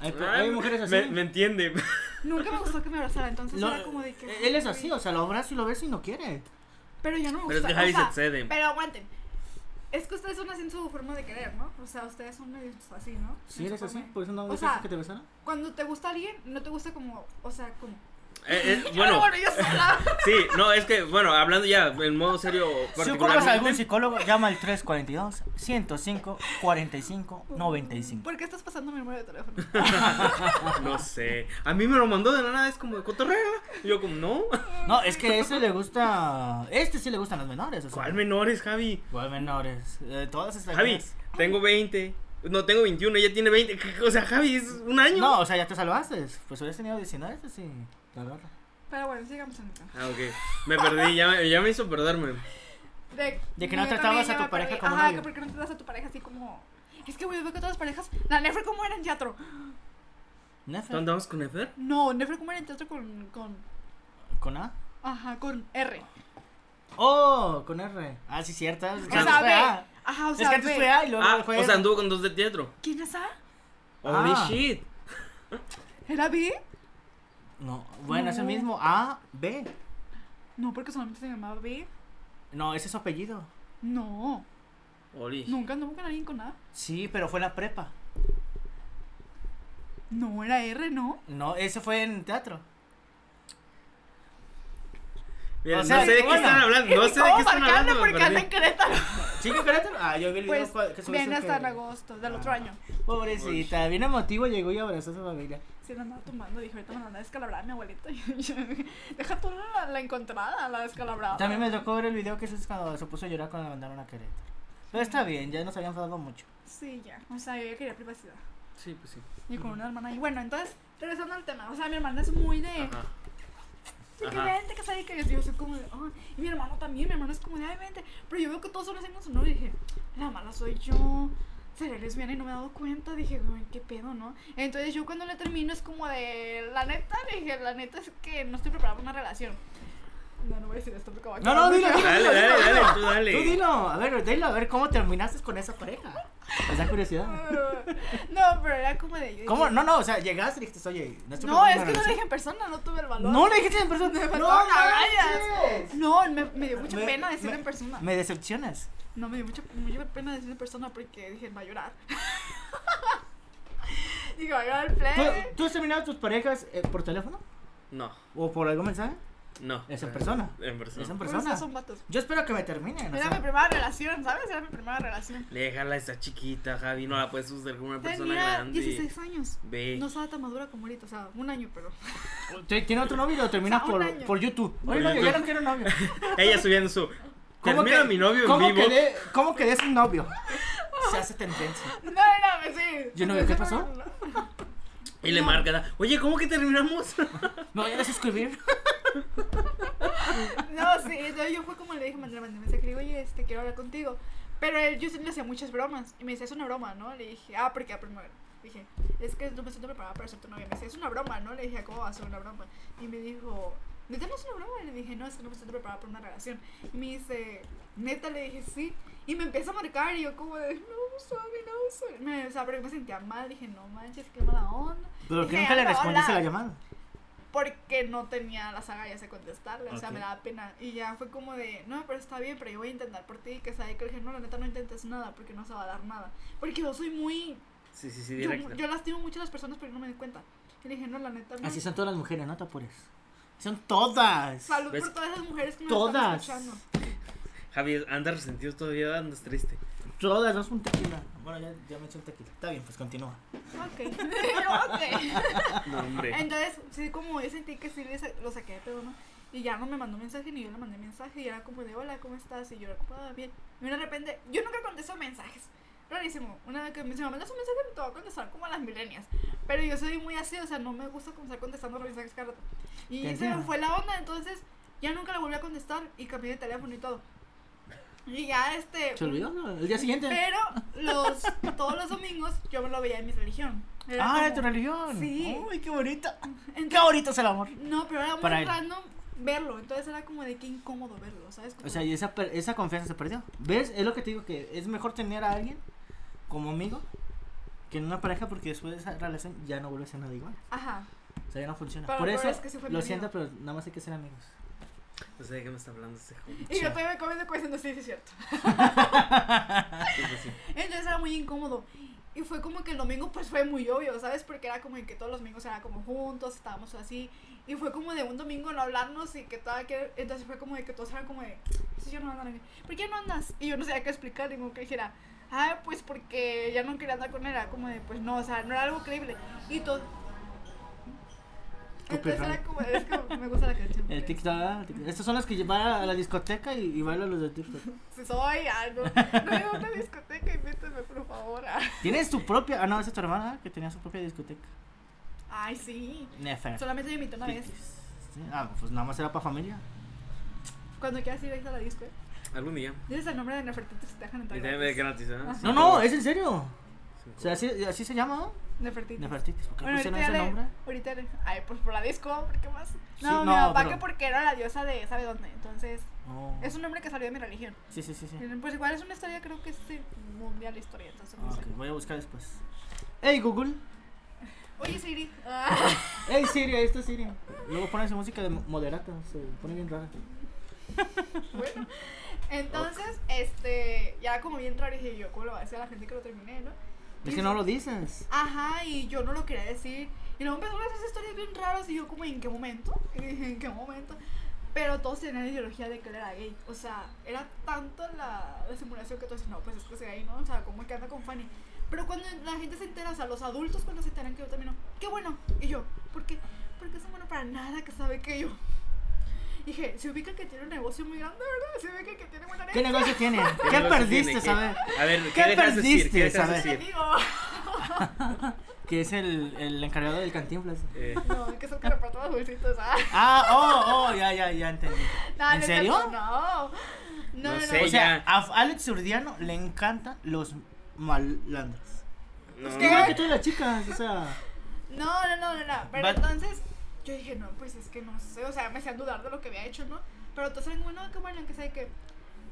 S1: Hay, hay mujeres así.
S2: Me, me entiende.
S3: Nunca me gustó que me abrazara, entonces
S1: No, eh,
S3: era como de que.
S1: él es así, o sea, lo abrazo y lo beso y no quiere.
S3: Pero ya no me
S2: Pero es
S3: gusta.
S2: que Javi
S3: o sea,
S2: se excede.
S3: Pero aguanten. Es que ustedes son así en su forma de querer, ¿no? O sea, ustedes son medio así, ¿no?
S1: Si
S3: En su
S1: eres así,
S3: forma de-
S1: por eso no
S3: O
S1: dejas
S3: sea,
S1: que te besara.
S3: Cuando te gusta alguien, no te gusta como. O sea, como.
S2: Eh, eh,
S3: Ah,
S2: bueno,
S3: bueno, yo sola.
S2: sí, no, es que, bueno, hablando ya en modo serio,
S1: Si ocupas a algún
S2: particularmente.
S1: psicólogo, llama al 342-105-45-95.
S3: ¿Por qué estás pasando mi número de teléfono?
S2: No sé. A mí me lo mandó de la nada, es como de cotorreo. Y Yo, como, no.
S1: No, es que ese le gusta. Este sí le gustan los menores. O sea,
S2: ¿Cuál menores, Javi?
S1: ¿Cuál menores? Eh, todas estas.
S2: Javi, tengo 20. No, tengo 21, ella tiene 20. O sea, Javi, es un año.
S1: No, o sea, ya te salvaste. Pues hubieras tenido 19, este sí. La agarra.
S3: Pero bueno, sigamos en el tema.
S2: Ah, ok. Me perdí, ya, me- ya me hizo perderme.
S3: De,
S1: De que no
S3: yo
S1: tratabas
S3: también ya
S1: a tu
S3: me
S1: pareja
S3: perdí.
S1: como
S3: Ajá,
S1: novio.
S3: que porque no tratas a tu pareja así como. Es que, güey, veo que todas las parejas. La Nefre, ¿cómo era en teatro?
S1: Nefe.
S2: ¿Tú andabas con Efer?
S3: No, Nefre, ¿cómo era en teatro con. con
S1: ¿Con A?
S3: ajá, con R.
S1: Oh, con R. Ah, sí, cierta. Es
S3: O
S1: que antes
S3: sea,
S1: fue A.
S3: ve. Ajá, o
S1: Es que
S3: sea,
S1: antes
S3: ve.
S1: fue A y luego
S2: Ah,
S1: fue
S2: o sea,
S1: R.
S2: anduvo con dos de teatro.
S3: ¿Quién es A?
S2: Holy
S1: Ah.
S2: shit.
S3: ¿Era B?
S1: No, bueno, es el
S3: No.
S1: mismo. A, B.
S3: No, porque solamente se llamaba B.
S1: No, ese es su apellido.
S3: No,
S2: Holy shit.
S3: nunca anduvo con alguien con A.
S1: Sí, pero fue en la prepa.
S3: No, era R, ¿no?
S1: No, ese fue en teatro.
S2: Mira,
S1: O sea,
S2: no sé de qué
S1: bueno.
S2: están hablando. No sé de
S3: ¿Cómo
S2: qué están
S3: marcarle?
S2: hablando. me
S3: Porque
S2: perdí.
S3: anda en Querétaro.
S1: ¿Sí que Querétaro? Ah, yo vi el video cua- que
S3: Pues
S1: subiste
S3: viene hasta
S1: que-
S3: en agosto del otro
S1: Ah.
S3: año.
S1: Pobrecita, bien emotivo llegó y abrazó a su familia.
S3: Se la andaba tumbando, dije, ahorita me la anda a descalabrar mi abuelita. Y yo, Deja tú la, la encontrada, la descalabrada.
S1: También me tocó ver el video que eso es cuando se puso a llorar cuando la mandaron a Querétaro. Pero está bien, ya nos habían enfadado mucho.
S3: Sí, ya. O sea, yo ya quería privacidad.
S2: Sí, pues sí.
S3: Y con una hermana. Y bueno, entonces, regresando al tema. O sea, mi hermana es muy de.
S2: Ajá.
S3: Sí, que
S2: Ajá.
S3: vente, que sabe que yo soy como de, "Ay", y mi hermano también, mi hermano es como de, ay, vente, pero yo veo que todos son así en su novio y dije, la mala soy yo, seré lesbiana y no me he dado cuenta, dije, güey, qué pedo, ¿no? Entonces yo cuando le termino es como de, la neta, le dije, la neta es que no estoy preparada para una relación. No, no voy a decir esto porque va a
S1: No,
S3: acabar
S1: no, dilo,
S3: muy feo.
S1: dilo.
S2: Dale, dale, dale, tú dale.
S1: Tú dilo, a ver, dilo, a ver cómo terminaste con esa pareja. ¿Te da curiosidad?
S3: No, pero era como de, yo
S1: ¿Cómo?
S3: dije,
S1: No, no, o sea, llegaste y dijiste, oye, no estoy
S3: No,
S1: preparado
S3: es
S1: para
S3: que no
S1: una
S3: le dije en persona, no tuve el valor.
S1: relación". No le dijiste en persona.
S3: me
S1: No,
S3: faltaron
S1: manches.
S3: agallas. No, me, me dio mucha
S1: Me-
S3: pena decirlo
S1: me-
S3: en persona.
S1: Me decepcionas.
S3: No, me dio mucha, mucha pena decir en persona porque dije, va a llorar. Dije, va a llorar el
S1: ¿Tú,
S3: plebe.
S1: tú has terminado tus parejas eh, por teléfono?
S2: No,
S1: ¿O por algún mensaje?
S2: no. Eh,
S1: Es en persona.
S2: En
S1: Es en
S2: persona.
S3: Pero ustedes
S1: persona.
S3: son vatos.
S1: Yo espero que me terminen. o
S3: Era mi
S1: sea.
S3: primera relación, ¿sabes? Era mi primera relación.
S2: Déjala, está chiquita, Javi. No la puedes usar como una persona
S3: Tenía
S2: grande.
S3: 16 años.
S2: Ve.
S3: No estaba tan madura como ahorita, o sea, un año, pero.
S1: ¿Te- ¿Tiene otro novio y lo termina
S3: O sea, un
S1: por,
S3: año.
S1: por YouTube?
S2: Por
S1: Oye, no, yo
S2: YouTube.
S1: ya no quiero novio.
S2: Ella subiendo su.
S1: ¿Cómo
S2: Termina
S1: que-
S2: mi novio en
S1: ¿cómo
S2: vivo.
S1: Quedé, ¿Cómo quedé sin novio? Se hace tendencia.
S3: No, no, no, sí.
S1: Yo no, ¿qué
S3: Esa
S1: pasó?
S3: fue la-
S2: Y le
S3: No.
S2: marca. Oye, ¿cómo que terminamos?
S1: Me voy a desuscribir.
S3: No, sí, entonces yo fue como le dije, mandé, mandé un mensaje, le digo, oye, este, quiero hablar contigo. Pero él, yo sí le hacía muchas bromas. Y me decía, es una broma, ¿no? Le dije, ah, porque a primero. Dije, es que no me siento preparada para ser tu novia. Me decía, es una broma, ¿no? Le dije, "Ah, ¿cómo va a ser una broma? Y me dijo, neta, no es una broma. Y le dije, no, es que no me siento preparada para una relación. Y me dice, neta, le dije, sí. Y me empieza a marcar y yo, como de, no, sorry, no, sorry. Me, o sea, pero me sentía mal. Dije, no manches, qué mala onda.
S1: Pero que
S3: Dije,
S1: nunca le
S3: "Hola,
S1: respondiste a la
S3: hola"
S1: llamada.
S3: porque no tenía las agallas de contestarle, o sea,
S2: Ok.
S3: me daba pena. Y ya fue como de, no, pero está bien, pero yo voy a intentar por ti, que sabe que le dije, no, la neta no intentes nada, porque no se va a dar nada. Porque yo soy muy,
S2: Sí, sí, sí,
S3: yo,
S2: directa.
S3: yo lastimo mucho a las personas, pero no me doy cuenta. Y le dije, no, la neta no.
S1: Así son todas las mujeres, no te apures. Son todas.
S3: Salud
S2: ¿Ves?
S3: por todas esas mujeres que me
S1: Todas.
S3: están escuchando.
S2: Javi, andas resentido todavía, andas triste.
S1: Todas, no es un tequila. Bueno, ya, ya me eché un tequila. Está bien, pues continúa.
S3: Ok, ok.
S2: No, hombre.
S3: Entonces, sí, como yo sentí que sí le sa- lo saqué de pedo, ¿no? Y ya no me mandó mensaje ni yo le mandé mensaje. Y era como de hola, ¿cómo estás? Y yo era como, "Ah, bien. Y de repente, yo nunca contesto mensajes. Rarísimo. Una vez que me, si me mandas un mensaje, te voy a contestar como a las milenias. Pero yo soy muy así, o sea, no me gusta como estar contestando los mensajes cada rato.
S1: Te
S3: Y se me
S1: entiendo.
S3: fue la onda, entonces ya nunca le volví a contestar y cambié de teléfono y todo. Y ya este.
S1: ¿Se olvidó? El día siguiente.
S3: Pero los, todos los domingos yo me lo veía en mi religión. Era
S1: Ah, de tu
S3: como-
S1: religión.
S3: Sí.
S1: Uy, qué bonito. Qué
S3: Entonces-
S1: bonito es el amor.
S3: No, pero era muy
S1: Para él.
S3: random verlo. Entonces era como de que incómodo verlo, ¿sabes? Como-
S1: O sea, y esa, per- esa confianza se perdió. ¿Ves? Es lo que te digo, que es mejor tener a alguien como amigo que en una pareja porque después de esa relación ya no vuelve a ser nada igual.
S3: Ajá.
S1: O sea, ya no funciona.
S3: Pero
S1: Por
S3: lo
S1: eso,
S3: peor es que sí fue mi
S1: lo
S3: amigo.
S1: siento, pero nada más hay que ser amigos.
S2: No sé de qué me está hablando este joven.
S3: Y
S1: Sí.
S3: yo todavía me comiendo cosas, no sé si es cierto. Entonces era muy incómodo. Y fue como que el domingo pues fue muy obvio, ¿sabes? Porque era como en que todos los domingos eran como juntos, estábamos así. Y fue como de un domingo no hablarnos y que toda que... Entonces fue como de que todos eran como de... "Sí, yo no ando en- ¿Por qué no andas? Y yo no sabía qué explicar, y como que dijera... Ah, pues porque ya no quería andar con él, era como de... Pues no, o sea, no era algo creíble. Y todo... Entonces era
S1: Copyright.
S3: como... Es que me gusta la canción. pues,
S1: El
S3: porque-
S1: TikTok, el TikTok. Estos son los que van a la discoteca y, y bailan los de TikTok.
S3: Si soy, ah, no, no llevo una discoteca, invítame, por favor. ah.
S1: Tienes tu propia. Ah, no, esa es tu hermana que tenía su propia discoteca.
S3: Ay, sí.
S1: Nefer.
S3: Solamente me invitó una vez.
S1: Sí, Ah, pues nada más era para familia.
S3: Cuando quieras ir ahí a la disco, ¿eh?
S2: Algún día.
S3: dices el nombre de Nefertiti si te dejan
S2: Y
S3: entrar.
S2: también es
S3: gratis.
S2: gratis, ¿eh?
S3: Ajá.
S1: No, no, es en serio. O sea,
S2: sea,
S1: así, así se llama, ¿no?
S3: Nefertiti.
S1: Nefertitis. ¿Por qué
S3: Bueno,
S1: pusieron
S3: ahorita
S1: ese
S3: le,
S1: nombre?
S3: ahorita le. Ay, pues por la disco, ¿por qué más?
S1: Sí,
S3: No,
S1: no,
S3: mi papá
S1: pero-
S3: que porque era la diosa de sabe dónde. Entonces,
S1: No.
S3: es un nombre que salió de mi religión.
S1: Oh. Sí, sí, sí. sí.
S3: Pues igual es una historia, creo que es de mundial historia. Entonces, no
S1: Ah,
S3: sé.
S1: ok, voy a buscar después. Hey Google.
S3: Oye, Siri. Ah,
S1: Hey Siri, ahí está Siri. Luego pones música de moderata, se pone bien rara.
S3: bueno. Entonces, este. Ya como bien raro dije yo, ¿cómo lo va a decir a la gente que lo terminé, no?
S1: Es que no lo dices.
S3: Ajá, y yo no lo quería decir. Y luego empezaron esas historias bien raras y yo como, ¿en qué momento? Y dije, ¿en qué momento? Pero todos tenían la ideología de que él era gay. O sea, era tanto la, la simulación que todos decían, no, pues es que es gay, ¿no? O sea, como que anda con Fanny. Pero cuando la gente se entera, o sea, los adultos cuando se enteran que yo también no, qué bueno. Y yo, ¿por qué? Porque es un bueno para nada que sabe que yo. Dije, se ubica que tiene un negocio muy grande, ¿verdad? Se ubica que tiene buena
S1: ¿Qué
S3: neta.
S1: negocio tiene?
S2: ¿Qué
S1: ¿Qué
S2: negocio
S1: perdiste,
S2: tiene? ¿Qué-
S1: sabes?
S2: A ver,
S1: ¿Qué
S2: ¿qué, dejas
S1: perdiste,
S2: decir? ¿Qué dejas
S1: sabe?
S3: Te
S2: decir?
S3: digo.
S1: Que es el, el encargado del cantinflas.
S2: Eh,
S3: No, que son que reparto los dulcitos, ah.
S1: Ah, oh, oh, ya, ya, ya entendí.
S3: No,
S1: ¿En
S3: no es
S1: serio?
S3: cierto, No. No,
S2: No
S3: no,
S2: sé.
S1: O
S3: no.
S1: sea,
S2: Ya.
S1: a Alex Urdiano le encantan los malandros.
S2: no,
S3: Es
S1: ¿Qué
S3: ¿Qué?
S1: igual que todas las chicas, o sea.
S3: No, no, no, no, no. Pero
S1: But-
S3: entonces yo dije, no, pues es que no sé. O sea, me hacían dudar de lo que había hecho, ¿no? Pero entonces eran como, no, qué bueno, que sé que.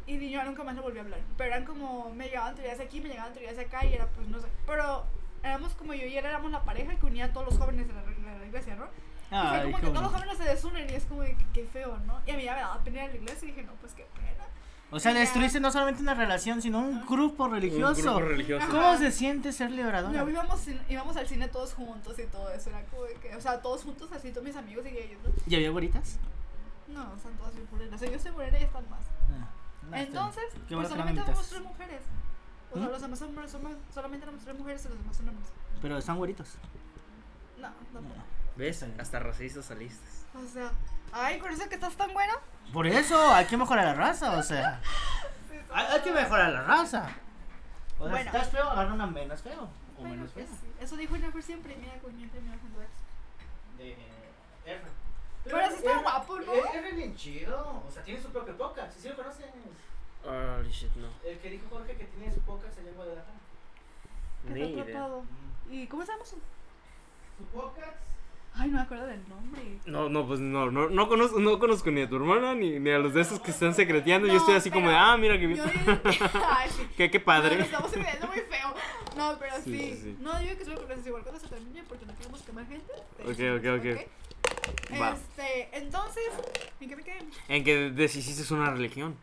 S3: Y yo nunca más le volví a hablar. Pero eran como, me llegaban teorías de aquí, me llegaban teorías de acá y era, pues no sé. Pero éramos como yo y él éramos la pareja que unía a todos los jóvenes de la, de la iglesia, ¿no? Y fue
S1: Ay,
S3: como
S1: qué
S3: que todos los
S1: bonito.
S3: jóvenes se desunen y es como, que, qué feo, ¿no? Y a mí ya me daba pena ir a la iglesia y dije, no, pues qué pena.
S1: O sea,
S3: Ya.
S1: destruiste no solamente una relación, sino un grupo
S2: un
S1: religioso.
S2: grupo religioso.
S3: Ajá.
S1: ¿Cómo se siente ser
S3: Luego
S1: liberadora?
S3: íbamos, cin- íbamos al cine todos juntos y todo eso. Era como de que, o sea, todos juntos, así todos mis amigos y ellos. ¿no?
S1: ¿Y había güeritas?
S3: No, están todas bien morenas. O sea, yo soy morena y están más.
S1: Ah, no,
S3: Entonces,
S1: está bien. Qué bueno que
S3: pues
S1: no me
S3: solamente somos
S1: invitas.
S3: tres mujeres. O sea,
S1: ¿Mm?
S3: los demás son hombres, somos- solamente éramos tres mujeres y los demás son hombres.
S1: Pero están güeritos.
S3: No, tampoco.
S2: ¿Ves? Hasta racista saliste.
S3: O sea, ay, con eso que estás tan buena.
S1: Por eso hay que mejorar la raza, o sea. Hay, hay que mejorar la raza. O sea,
S3: Bueno.
S1: si estás feo, agarra una menos feo. O
S3: Bueno,
S1: menos feo.
S3: pues, sí. eso dijo Never siempre. y Mira, coño, terminó haciendo eso.
S1: De eh, R.
S3: Pero sí está
S1: R- eh,
S3: guapo, ¿no?
S1: R R bien chido. O sea, tiene su propio podcast. Si sí lo conoces.
S2: Holy shit, no.
S1: El que dijo Jorge que tiene su podcast allá en Guadalajara.
S3: Que
S2: Ni
S3: está
S2: idea.
S3: atrapado. ¿Y cómo se llama su-
S1: Su podcast.
S3: Ay, no me acuerdo del nombre.
S2: No, no, pues no, no, no conozco, no conozco ni a tu hermana ni, ni a los de esos que están secreteando.
S3: No,
S2: Yo estoy así como de,
S3: pero
S2: ah, mira que
S3: Yo
S2: bien.
S3: ay, sí.
S2: Qué, qué
S3: No, nos
S2: padre.
S3: estamos olvidando muy feo. No, pero sí.
S2: Sí, sí, sí.
S3: No, yo digo que es una conversación igual cuando se termine porque no queremos quemar gente.
S2: Ok, ok, ok. Va.
S3: Este, entonces, ¿en qué me quedé?
S2: En que deshiciste una religión.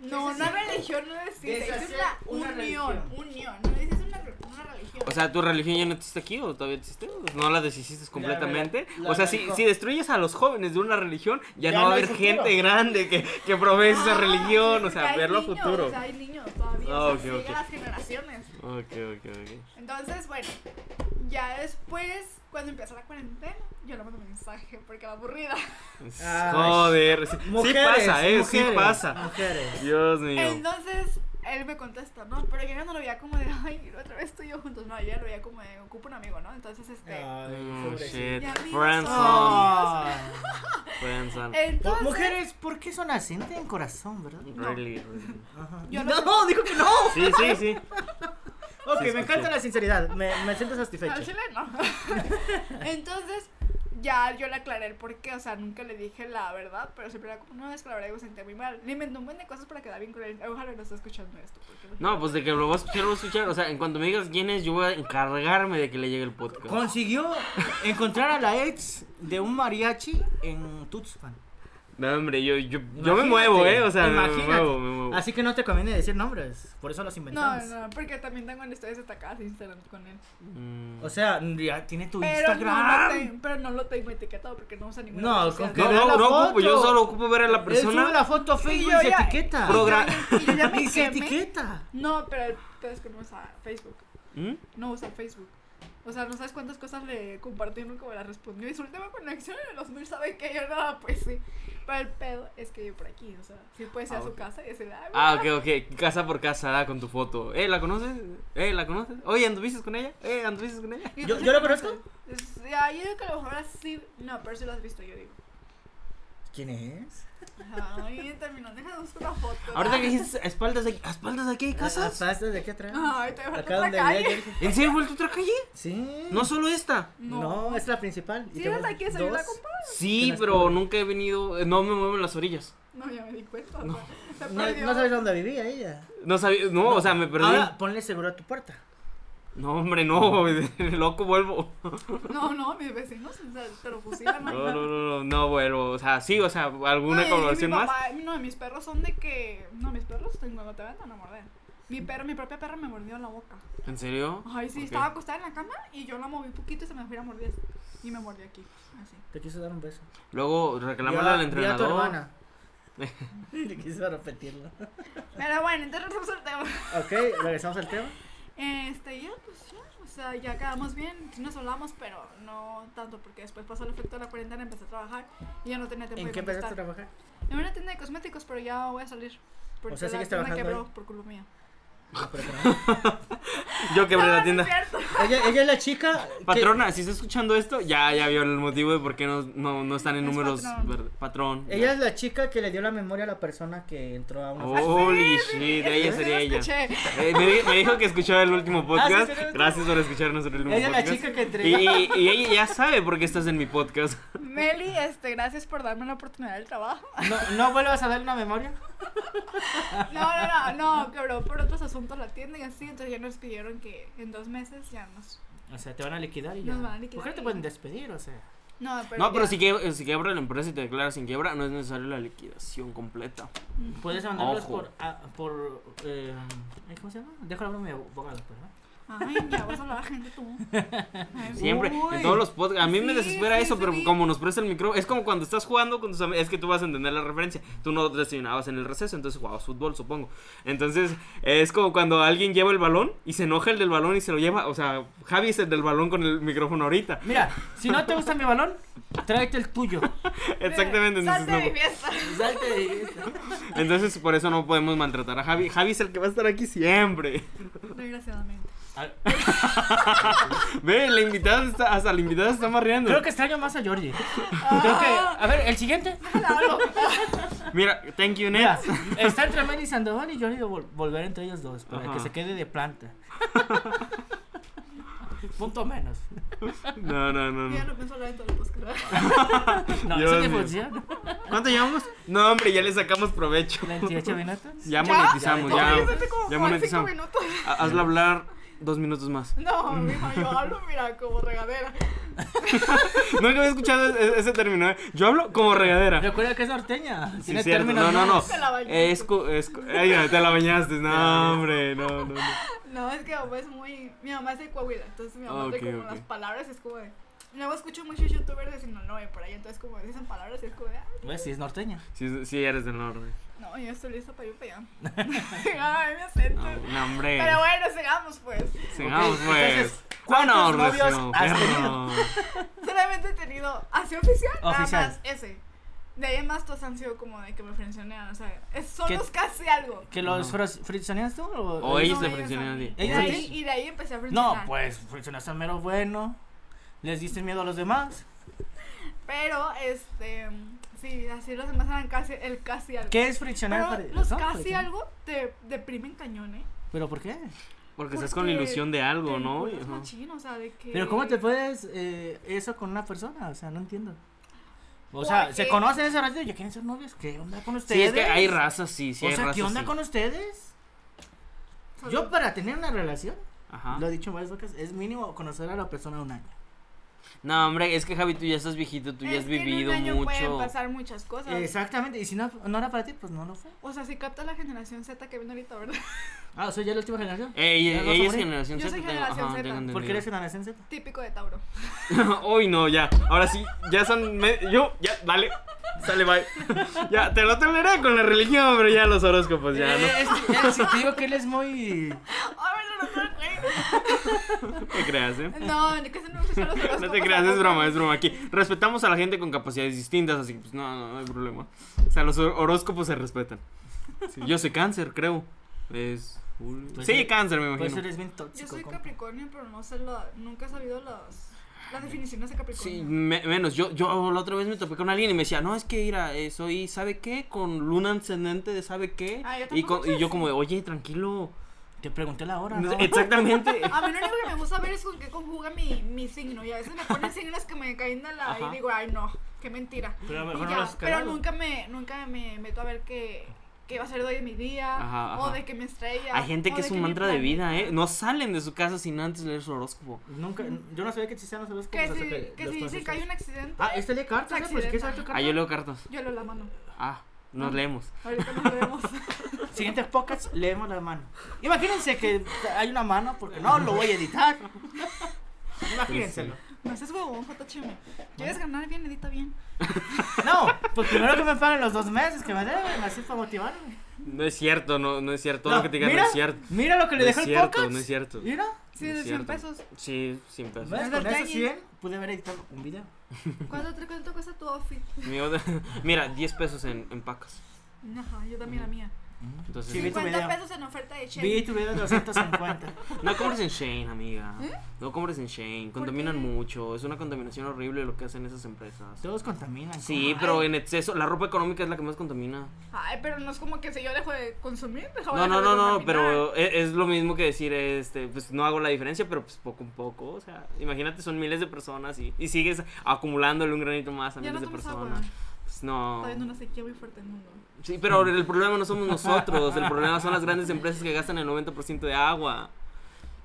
S3: No, una religión no es ciencia, es
S1: Deshacer
S3: una
S1: una
S3: unión,
S1: religión.
S3: unión. No es una, re- una religión.
S2: O sea, ¿tu religión ya no existe aquí o todavía existe? ¿O ¿No la deshiciste completamente?
S1: la
S2: o sea, si,
S1: erradicó.
S2: si destruyes a los jóvenes de una religión, ya,
S1: Ya
S2: no va
S1: no
S2: a
S1: hay
S2: haber
S1: futuro.
S2: gente grande que, que provee esa
S3: Ah,
S2: religión.
S3: sí,
S2: O sea,
S3: hay
S2: verlo a
S3: niños,
S2: futuro.
S3: O sea, hay niños todavía,
S2: Ah,
S3: o sea,
S2: ok,
S3: siguen
S2: ok.
S3: las generaciones.
S2: Ok, ok, ok.
S3: Entonces, bueno, ya después, cuando empezó la cuarentena, yo le mando un mensaje porque era aburrida.
S1: Ay.
S2: Joder. Sí, sí pasa, eh, sí pasa.
S1: Mujeres.
S2: Dios mío.
S3: Entonces, él me contesta, ¿no? Pero yo ya no lo veía como de, ay, otra vez tú y yo juntos. No, yo ya lo veía como de, ocupo un amigo, ¿no? Entonces, este.
S2: Oh,
S1: pobrecito.
S2: shit.
S3: Ya vi,
S2: Friendzone.
S1: Ah.
S2: Friendzone.
S1: Mu-
S3: Entonces.
S1: Mujeres, ¿por qué son así? No tienen corazón, ¿verdad?
S3: no.
S2: Really, really.
S1: Ajá.
S3: Yo
S1: no,
S3: no-
S1: dijo que no.
S2: Sí, sí, sí.
S1: Ok,
S2: Sí,
S1: me
S2: escuché.
S1: encanta la sinceridad. Me, me siento
S3: Al
S1: satisfecho.
S3: chile no. Entonces, ya yo le aclaré el porqué, o sea, nunca le dije la verdad, pero siempre era como, no, es que la verdad yo me sentía muy mal. Le inventé un buen de cosas para quedar bien con él. Ojalá no esté escuchando esto. Porque
S2: No, pues de que lo vas a escuchar, lo vas a escuchar. O sea, en cuanto me digas quién es, yo voy a encargarme de que le llegue el podcast.
S1: Consiguió encontrar a la ex de un mariachi en Tuxpan.
S2: No, hombre, yo, yo, yo me
S1: Imagínate,
S2: muevo, ¿eh? O sea, me- me
S1: imagínate.
S2: muevo, me muevo.
S1: Así que no te conviene decir nombres, por eso los
S3: No,
S1: inventamos.
S3: no, porque también tengo en historias destacadas de Instagram con él.
S2: Mm.
S1: O sea, ya tiene tu
S3: Pero no, lo
S1: Instagram.
S3: tengo, pero no lo tengo etiquetado porque no usa ninguna
S1: No,
S3: red social.
S1: con que
S2: no,
S1: vea
S2: no,
S1: la
S2: no
S1: foto.
S2: ocupo, pues yo solo ocupo ver a la
S1: Él sube
S2: persona.
S1: la foto a
S3: Y
S1: Facebook
S3: yo
S1: y se
S3: ya-
S1: etiqueta.
S3: y yo
S2: Progra-
S3: ya me- y yo ya me
S1: Y se
S3: quemé.
S1: etiqueta.
S3: No, pero el pedo es que no usa Facebook.
S2: ¿Mm?
S3: No usa Facebook. O sea, no sabes cuántas cosas le compartieron como la respondió. Y su última conexión en los mil sabe que yo nada, pues sí. Pero el pedo es que yo por aquí, o sea, sí puedes ir
S2: Ah,
S3: a su
S2: ok.
S3: casa y decirle, ah,
S2: Ah, ok, ok. Casa por casa, ah, con tu foto. ¿Eh, la conoces? ¿Eh, la conoces? Oye, ¿anduviste con ella? ¿Eh, anduviste con ella?
S1: ¿Yo- yo lo conozco?
S3: Ya, yo digo que a lo mejor así. No, pero sí lo has visto, yo digo.
S1: ¿Quién es?
S3: Ay, terminó, deja de buscar una foto.
S2: Ahorita
S3: ¿no?
S2: que dijiste, a espaldas de aquí, a espaldas de aquí hay casas.
S1: ¿Pasas de aquí atrás?
S3: Ay, te voy
S1: Acá
S3: a otra
S1: donde vivía
S3: calle.
S1: Jorge.
S2: ¿En serio vuelto otra calle?
S1: Sí.
S2: No solo esta.
S1: No, es la principal.
S3: ¿Sí
S1: te
S3: eres
S1: voy-
S3: la que salió la
S1: dos.
S3: compa?
S2: Sí,
S1: Tienes
S2: pero
S1: pobre.
S2: nunca he venido, eh, no me mueven las orillas.
S3: No, ya me di cuenta.
S2: No.
S3: No, se
S1: No,
S3: perdió.
S1: no sabes dónde vivía ella.
S2: No sabía, no, o sea, me perdí.
S1: Ahora ponle seguro a tu puerta.
S2: No, hombre, no, loco, vuelvo.
S3: no, no, mis vecinos o sea, pues te lo fusilan.
S2: No,
S3: ahí.
S2: no, no, no, no vuelvo. O sea, sí, o sea, alguna
S3: No, y- y
S2: colaboración
S3: mi
S2: más.
S3: papá- No, mis perros son de que. No, mis perros tengo, no te van a morder. Mi perro, mi propia perra me mordió la boca.
S2: ¿En serio?
S3: Ay, sí,
S2: Ok.
S3: estaba acostada en la cama y yo la moví un poquito y se me fue a morder. Y me mordió aquí. Así.
S1: Te quiso dar un beso.
S2: Luego
S1: Vio
S2: reclamarle
S1: a-
S2: al
S1: vio a tu
S2: entrenador.
S1: hermana. Le quiso repetirlo.
S3: Pero bueno, entonces regresamos al tema.
S1: Ok, regresamos al tema.
S3: Este, ya, pues ya. O sea, ya acabamos bien. Sí nos hablamos, pero no tanto porque después pasó el efecto de la cuarentena, empecé a trabajar y ya no tenía tiempo
S1: ¿En
S3: de
S1: qué empezaste a
S3: contestar.
S1: trabajar?
S3: En una tienda de cosméticos, pero ya voy a salir. Porque
S1: sea,
S3: la
S1: ¿sigues
S3: tienda
S1: trabajando
S3: quebró
S1: ahí?
S3: por culpa mía.
S1: No, pero no.
S2: Yo quebré
S3: No, no
S2: la
S3: es
S2: tienda.
S3: cierto.
S1: ella, ella es la chica. que-
S2: Patrona, si está escuchando esto, ya, ya vio el motivo de por qué no, no, no están en
S3: Es
S2: números
S3: patrón.
S2: verde- patrón. ya.
S1: Ella es la chica que le dio la memoria a la persona que entró a una.
S2: Oh.
S1: fiesta.
S2: Holy shit, ella
S3: Sí,
S2: sería
S3: lo
S2: ella.
S3: escuché.
S2: Eh, me, di- me dijo que escuchaba el último
S1: Ah, sí,
S2: podcast.
S1: sí, sí, sí.
S2: Gracias por escucharnos el último
S1: Ella es la
S2: podcast.
S1: chica que
S2: y,
S1: entregó.
S2: y- y ella ya sabe por qué estás en mi podcast.
S3: Meli, este, gracias por darme la oportunidad del trabajo.
S1: ¿No, ¿No vuelvas a darle una memoria?
S3: No, no, no, no, quebró por otros asuntos la tienda y así, entonces ya nos pidieron que en dos meses ya nos...
S1: O sea, te van a liquidar y ya.
S3: Nos van a liquidar
S1: ¿Por qué no te
S3: y-
S1: pueden despedir? O sea.
S3: No, pero...
S2: No, pero
S3: ya-
S2: si, que, si quiebra la empresa y te declaras sin quiebra, no es necesario la liquidación completa.
S1: Puedes mandarlos
S2: Ojo.
S1: por. a- por eh, ay, ¿Cómo se llama? Dejo hablar a mi abogado, pues, ¿no?
S3: Ay, ya vas a hablar a la gente tú. Ay,
S2: Siempre,
S1: Uy.
S2: en todos los podcasts. A mí me
S3: Sí,
S2: desespera
S3: sí,
S2: eso,
S3: sí,
S2: pero
S3: sí.
S2: como nos presta el micro, es como cuando estás jugando con tus amigos. Es que tú vas a entender la referencia. Tú no desayunabas en el receso, entonces jugabas fútbol, supongo. Entonces, eh, es como cuando alguien lleva el balón y se enoja el del balón y se lo lleva. O sea, Javi es el del balón con el micrófono ahorita.
S1: Mira, si no te gusta mi balón, tráete el tuyo.
S2: Exactamente.
S3: Sal de mi
S2: Entonces,
S3: fiesta.
S1: Salte de
S2: no- entonces, por eso no podemos maltratar a Javi. Javi es el que va a estar aquí siempre.
S3: Desgraciadamente.
S2: Ve, la invitada está, hasta la invitada se está marreando.
S1: Creo que extraño más a Georgie. Creo que.
S3: Ah,
S1: A ver, el siguiente.
S2: Mira, thank you, Ned.
S1: Mira, está entre Meli Sandoval y Georgie de vol- volver entre ellos dos. Para
S2: Ajá.
S1: que se quede de planta. Punto menos.
S2: No, no, no,
S3: Ya
S2: no.
S3: no pienso hablar en todo el podcast.
S1: No,
S2: Dios
S1: eso que
S2: mío.
S1: funciona.
S2: ¿Cuánto llevamos? No, hombre, ya le sacamos provecho.
S1: 28 minutos.
S2: Ya monetizamos,
S1: Ya,
S2: ya.
S1: ya.
S3: Ay, como
S2: Ya
S3: por cinco
S2: monetizamos.
S3: minutos.
S2: Ha- Hazlo hablar dos minutos más.
S3: No, mija, yo hablo, mira, como regadera.
S2: Nunca había escuchado ese, ese término. ¿eh? Yo hablo como regadera.
S1: Recuerda que es norteña.
S2: Sí,
S1: Tiene
S2: cierto.
S1: términos
S2: No, no, no.
S1: nuevos.
S3: Te la bañaste.
S2: Es, cu- es cu- Ay, ya, te la bañaste. No, hombre, no, no, no.
S3: No, es que mi mamá es muy. Mi mamá es de Coahuila, entonces mi mamá
S2: Ah,
S3: de
S2: ok,
S3: como
S2: ok.
S3: las palabras es como de. Luego escucho muchos youtubers de Sinaloa y por ahí, entonces como dicen palabras y es como de. "Ah,
S1: Pues sí, es norteña.
S2: Sí, sí eres del norte.
S3: No, yo estoy lista para ir para allá.
S2: Ah,
S3: Ay, mi acento.
S2: No, no, hombre.
S3: Pero bueno, sigamos pues.
S2: Sigamos,
S1: Ok,
S2: pues.
S1: entonces,
S2: Bueno,
S1: ¿cuántos
S2: hombre,
S1: novios
S2: sí,
S1: has
S2: perro.
S1: tenido?
S3: Solamente he tenido así oficial,
S1: Oficial.
S3: nada más ese. De ahí en más todos han sido como de que me frencionean, o sea, es- son
S1: ¿Qué-
S3: los casi algo.
S1: ¿Que los
S2: Ajá.
S1: fros- friccioneas tú? O,
S2: O ellos
S3: No,
S2: te frencionean
S3: a
S2: a
S3: mí.
S2: ti.
S3: Y de,
S1: ¿Ellos a
S3: ahí,
S1: ti?
S3: y de ahí empecé a
S1: No,
S3: frencionar.
S1: pues friccionaste al mero bueno. Les diste miedo a los demás.
S3: Pero, este, sí, así los demás eran casi, el casi algo.
S1: ¿Qué es friccionar?
S3: Pero
S1: para-
S3: los
S1: no,
S3: casi
S1: friccionar.
S3: algo te deprimen cañón, ¿eh?
S1: ¿Pero por qué?
S2: Porque
S3: Pues
S2: estás con la
S3: Porque
S2: ilusión de algo,
S3: Te
S2: ¿no?
S3: vinculas
S2: Ajá.
S3: machín, o sea, de que...
S1: ¿Pero cómo te puedes eh, eso con una persona? O sea, no entiendo. O sea, se
S3: Porque-
S1: conocen ese ratito y ya quieren ser novios. ¿Qué onda con
S2: Sí,
S1: ustedes?
S2: es que hay razas, sí, sí
S1: o
S2: hay
S1: sea, ¿qué
S2: razas,
S1: onda
S2: sí.
S1: con ustedes?
S3: Solo-
S1: Yo para tener una relación,
S2: Ajá.
S1: lo he dicho en varias veces, es mínimo conocer a la persona un año.
S2: No, hombre, es que Javi, tú ya estás viejito, tú ya
S3: Es
S2: has
S3: que en un
S2: vivido
S3: año pueden
S2: mucho.
S3: pasar muchas cosas.
S1: Exactamente, y si no, no era para ti, pues no lo fue.
S3: O sea, si capta la generación Z que viene ahorita, ¿verdad?
S1: Ah, o sea, ya la última generación.
S2: Ey,
S1: Ya
S2: ella
S1: vas a
S2: es
S1: morir.
S2: generación
S3: Yo
S2: Z.
S3: soy
S2: tengo-
S3: generación
S2: ajá,
S3: Z.
S2: tengo
S1: ¿Por qué eres
S2: entendido.
S1: generación Z?
S3: Típico de Tauro.
S2: Hoy no, ya. Ahora sí, ya son. me- Yo, ya, dale. Sale, bye. ya, te lo toleré con la religión, pero ya los horóscopos, ya,
S1: Eh,
S2: no
S1: es que- eh, si te digo que él es muy...
S3: A ver, no, no, no,
S2: te creas, ¿eh?
S3: no, no, que se me gustan los horóscopos.
S2: No te creas, es broma, es
S3: tampoco.
S2: broma. Aquí respetamos a la gente con capacidades distintas, así que pues no, no, no hay problema. O sea, los hor- horóscopos se respetan. Sí, yo soy cáncer, creo. Es. julio.
S1: Pues
S2: sí,
S1: eres-
S2: cáncer, me
S1: Por eso
S2: imagino.
S1: eres bien
S3: Yo
S1: tóxico.
S3: soy
S1: compa.
S3: Capricornio, pero no sé la- nunca he sabido las, las definiciones de
S2: Sí,
S3: Capricornio.
S2: me- menos. Yo, yo la otra vez me topé con alguien y me decía, no, es que ira, eh, soy, ¿sabe qué? Con luna ascendente de ¿sabe qué?
S3: Ah, yo
S2: y,
S3: tampoco
S2: con-
S3: sé
S2: y yo
S3: eso.
S2: como, de, oye, tranquilo.
S1: Te pregunté la hora, ¿no?
S2: Exactamente.
S3: A mí lo único que me gusta ver es con qué conjuga mi, mi signo. Y a veces me ponen signos que me caen de la.
S2: Ajá.
S3: Y digo, ay, no, qué mentira.
S1: Pero a lo
S3: Y
S1: mejor
S3: ya,
S1: no lo has
S3: pero
S1: cagado.
S3: nunca me, nunca me meto a ver qué, qué va a ser de hoy en mi día.
S2: Ajá, ajá.
S3: O de que mi estrella.
S2: Hay gente
S3: o
S2: que
S3: de
S2: es un
S3: mi
S2: mantra de
S3: planeta.
S2: vida, ¿eh? No salen de su casa sin antes leer su horóscopo.
S1: Nunca, yo no sabía que existían los horóscopos.
S3: Que
S1: hasta
S3: si, que
S1: los
S3: si dicen que hay
S1: conociste.
S3: un accidente,
S1: Ah, este de cartas, ¿eh? Pues ¿qué es
S3: Accidenta.
S1: tu carta?
S2: Ah, yo leo cartas.
S3: yo lo la mano.
S2: Ah, nos leemos.
S3: Ahorita nos vemos.
S1: Siguientes podcasts leemos la mano. Imagínense que hay una mano porque no lo voy a editar. Imagínenselo.
S2: Este,
S3: No seas huevón, JHM. ¿Quieres ganar bien? Edita bien.
S1: No, pues primero que me paguen los dos meses que me deben, así para motivarme.
S2: No es cierto, no, no es cierto. Todo
S1: No,
S2: lo que te digan
S1: mira,
S2: no es cierto.
S1: Mira lo que le
S2: No es
S1: dejó el
S2: cierto,
S1: podcast.
S2: no es cierto.
S1: Mira,
S3: Sí,
S2: Es
S3: de
S2: cierto.
S3: 100 pesos.
S2: Sí, sin pesos.
S1: ¿ves?
S3: Es
S1: Con
S3: verdad,
S1: esos
S3: y-
S1: 100 pude haber editado un video.
S3: ¿Cuánto, te- cuánto cuesta tu outfit?
S2: Mi otra- Mira, 10 pesos en, en pacas.
S3: Ajá, yo también la mía.
S2: Entonces,
S1: Sí, vi tu
S3: 50
S1: video.
S3: pesos en oferta de Shane.
S1: Vi tu video de 250.
S2: no compres en Shane, amiga. No compres en Shane.
S3: ¿Eh? ¿Por
S2: Contaminan
S3: qué?
S2: mucho. Es una contaminación horrible lo que hacen esas empresas.
S1: Todos contaminan.
S2: Sí,
S1: compa.
S2: pero en exceso. La ropa económica es la que más contamina.
S3: Ay, pero no es como que si yo dejo de consumir. dejo
S2: No,
S3: de
S2: no,
S3: dejar
S2: no,
S3: de
S2: no,
S3: contaminar.
S2: pero e- es, lo mismo que decir, este, pues no hago la diferencia, pero pues poco a poco, o sea, imagínate, son miles de personas y, y sigues acumulándole un granito más a
S3: Ya no
S2: miles de
S3: tomas agua.
S2: personas. Pues no.
S3: Está viendo una sequía muy fuerte en el mundo.
S2: Sí, pero el problema no somos nosotros, el problema son las grandes empresas que gastan el 90% de agua.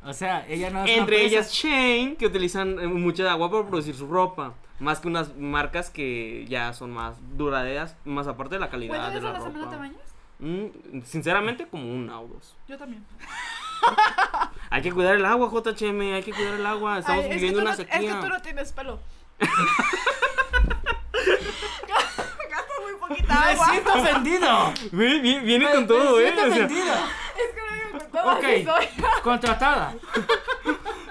S1: O sea, ella no es una
S2: Entre
S1: presa.
S2: ellas Shane, que utilizan eh, mucha agua para producir su ropa, más que unas marcas que ya son más duraderas, más aparte de la calidad
S3: ¿Cuántas
S2: ah, de
S3: veces a
S2: la
S3: la semana te
S2: ropa.
S3: bañas?
S2: Mm, sinceramente, como una o dos.
S3: Yo también.
S2: Hay que cuidar el agua, JHM, hay que cuidar el agua. Estamos
S3: Ay, es que
S2: viviendo
S3: tú
S2: una
S3: no-
S2: sequía.
S3: Es que tú no tienes pelo. Gastas muy poquita
S1: Me
S3: agua.
S1: siento ofendido.
S2: Ve- vi- viene
S1: Me-
S2: con todo,
S1: me
S2: ¿eh?
S1: siento
S2: O sea,
S1: ofendido.
S3: Es que no digo con todo
S1: Ok.
S3: así soy.
S1: Contratada.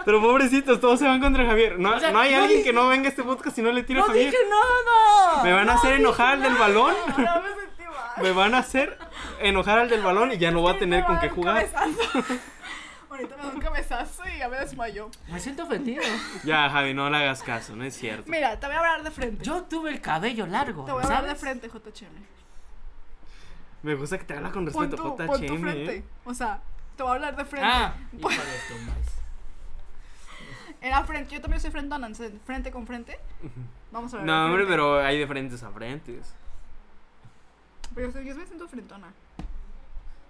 S2: pero pobrecitos, todos se van contra Javier. No,
S1: O sea,
S2: no hay
S1: no
S2: alguien
S1: dije-
S2: que no venga a este podcast y no le tire a
S1: No
S2: Javier.
S1: dije nada.
S2: Me van a hacer enojar al del balón.
S3: No me sentí mal.
S2: Me van a hacer enojar al del balón y ya no voy a tener
S3: Me
S2: con
S3: va a
S2: qué
S3: dar un
S2: jugar.
S3: cabezazo. Ahorita me da un cabezazo y ya me desmayo.
S1: Me siento ofendido.
S2: Ya, Javi, no le hagas caso, no es cierto.
S3: Mira, te voy a hablar de frente.
S1: Yo tuve el cabello largo.
S3: te voy a hablar
S1: ¿sabes?
S3: de frente, JHM.
S2: Me gusta que te habla con
S3: Pon
S2: respeto,
S3: tu,
S2: JHM.
S3: pon tu
S2: ¿eh?
S3: frente. O sea, te voy a hablar de frente.
S1: Ah,
S3: Pon-
S1: hijo de tu maíz.
S3: Era frente. Yo también soy frente frente con frente. Vamos a hablar
S2: No,
S3: de
S2: hombre,
S3: frente.
S2: pero hay de frentes a frentes.
S3: Pero yo, soy- yo me siento frentona.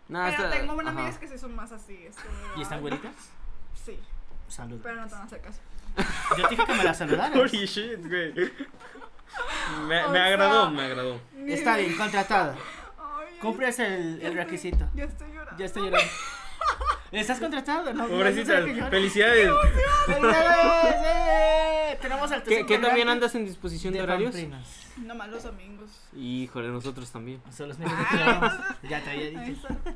S2: No,
S3: pero
S2: Ah, está-
S3: tengo unas
S2: ajá.
S3: amigas que sí son más así. esto,
S1: ¿Y están güeritas?
S3: Sí,
S1: Saludos.
S3: pero no te van a hacer caso.
S1: Yo te dije que me la saludaras.
S2: Holy shit, güey. Me,
S3: O
S2: me agradó,
S3: sea,
S2: me agradó.
S1: Está bien, contratada.
S3: Ay,
S1: Cumples el,
S3: ya
S1: el
S3: estoy-
S1: requisito.
S3: Ya estoy llorando.
S1: Ya estoy llorando. ¿Estás contratado? No,
S2: Pobrecita,
S1: no sé qué llorar.
S2: felicidades.
S1: ¡Felicidades! ¡Eh! Tenemos al
S2: ¿Qué, qué también andas en disposición de, horarios?
S3: Nomás los domingos.
S2: Híjole, nosotros también.
S1: Son los mismos que grabamos. Ya te había
S3: Ay,
S1: dicho.
S3: está-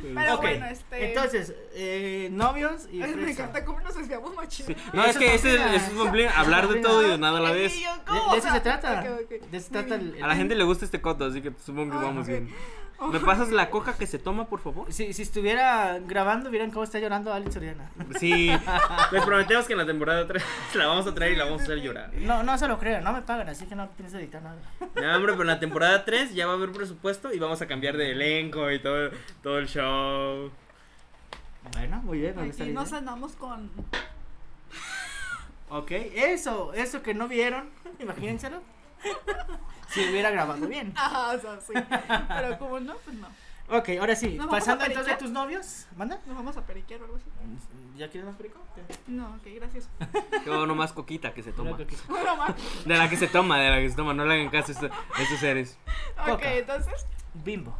S3: Pero
S1: Ok,
S3: bueno, este.
S1: Entonces, eh, novios y
S3: Ay, me
S1: fresa.
S3: encanta cómo nos desviamos machín.
S2: No,
S1: Eso
S2: es que
S1: es
S2: ese es,
S1: mentira.
S2: ese es un plan, hablar de todo y de nada a la
S3: Ay,
S2: vez.
S3: yo,
S1: De,
S3: ¿cómo?
S1: de
S3: O
S1: eso
S3: sea,
S1: se trata.
S3: ok, ok.
S1: De eso se trata
S3: Muy
S1: el,
S2: A la
S1: el-
S2: gente le gusta este coto, así que supongo que
S3: Ah,
S2: vamos
S3: ok.
S2: bien.
S3: bien.
S2: ¿Me pasas la coca que se toma, por favor?
S1: Si, si estuviera grabando, vieran cómo está llorando Alex Soriana.
S2: Sí, les prometemos que en la temporada 3 la vamos a traer y la vamos a hacer llorar.
S1: No, no se lo creo, no me pagan, así que no pienso editar nada.
S2: No, hombre, pero en la temporada 3 ya va a haber presupuesto y vamos a cambiar de elenco y todo, todo el show.
S1: Bueno, muy bien, ¿eh? me gusta
S3: Aquí
S1: la
S3: nos
S1: idea.
S3: andamos con.
S1: Ok, eso, eso que no vieron, imagínenselo. si hubiera grabado bien.
S3: Ajá, o sea, sí. Pero como no, pues no.
S1: Ok, ahora sí,
S3: ¿Nos vamos
S1: pasando
S3: a
S1: entonces a
S3: periquear?
S1: tus novios, manda.
S3: Nos vamos a periquear o algo así.
S1: ¿Ya quieres más perico?
S3: No, ok, gracias.
S2: Yo nomás coquita que se toma.
S1: Creo que-
S3: Bueno, más.
S2: De la que se toma, de la que se toma. No le hagan caso a estos, a estos seres.
S3: Ok,
S1: Coca.
S3: entonces.
S1: Bimbo,